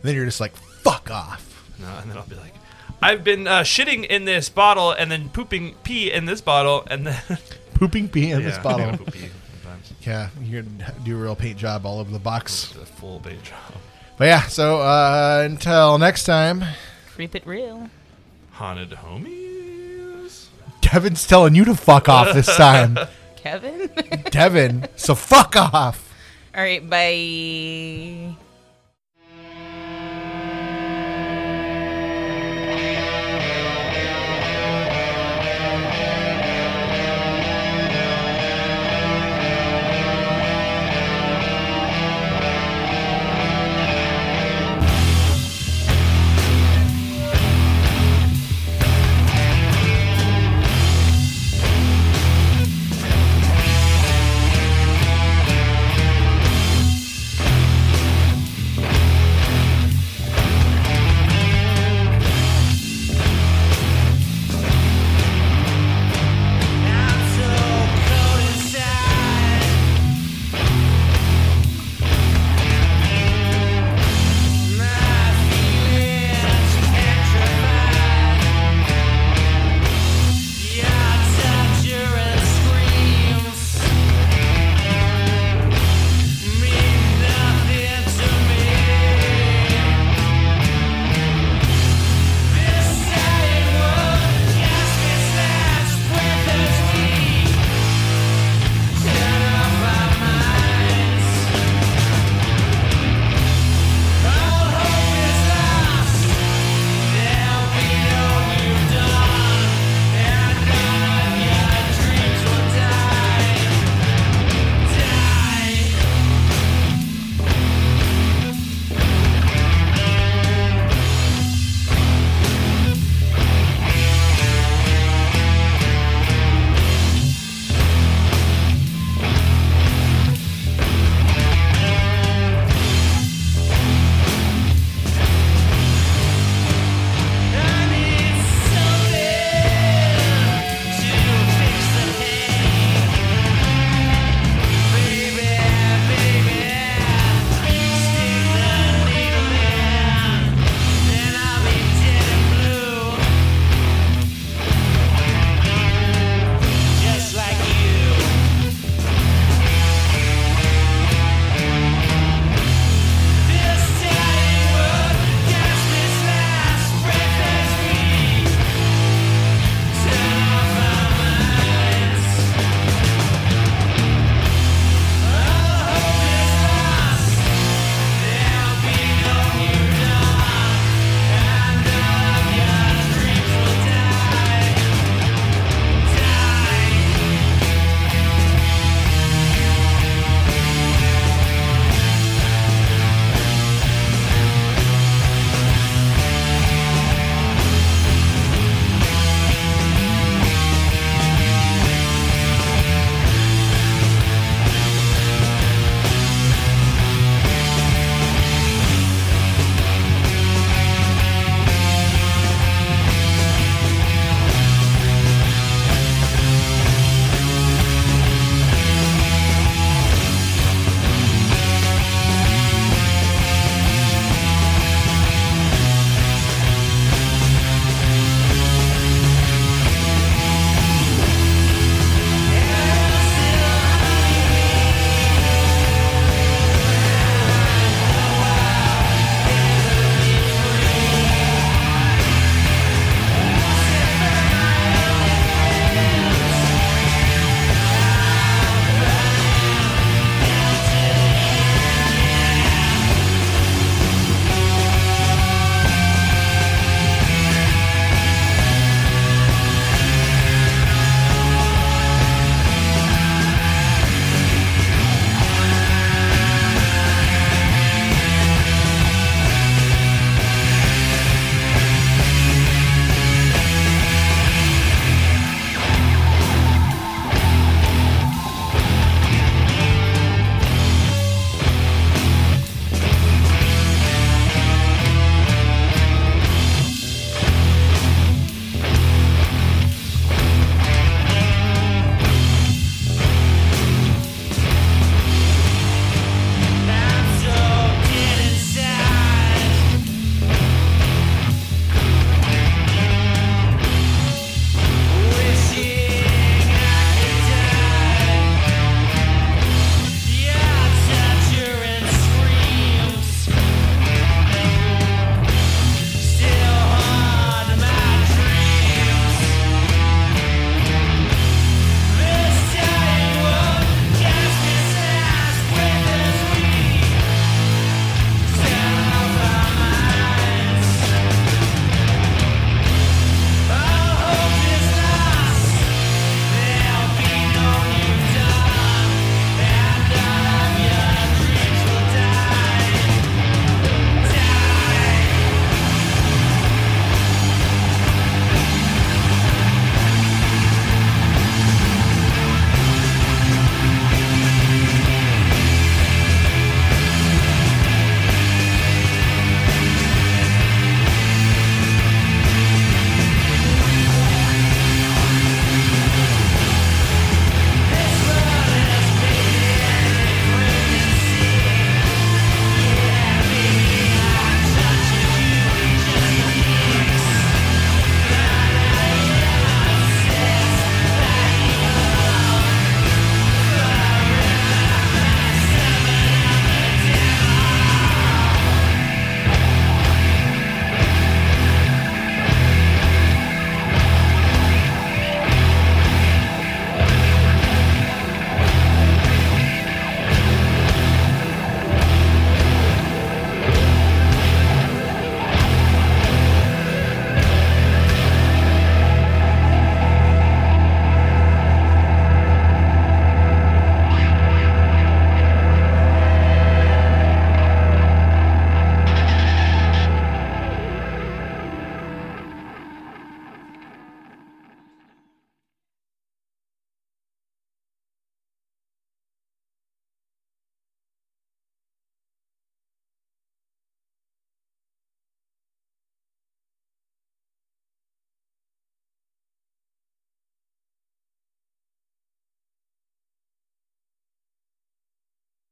S4: then you're just like, fuck off.
S3: No, and then I'll be like, I've been uh, shitting in this bottle and then pooping pee in this bottle and then
S4: Pooping pee in this
S3: Yeah,
S4: bottle.
S3: I poop pee sometimes.
S4: Yeah, you're gonna do a real paint job all over the box.
S3: It's a full bait job.
S4: But yeah, so uh, until next time,
S2: Creep it real.
S3: Haunted homies.
S4: Devin's telling you to fuck off this time.
S2: Kevin?
S4: Devin, so fuck off.
S2: All right, bye.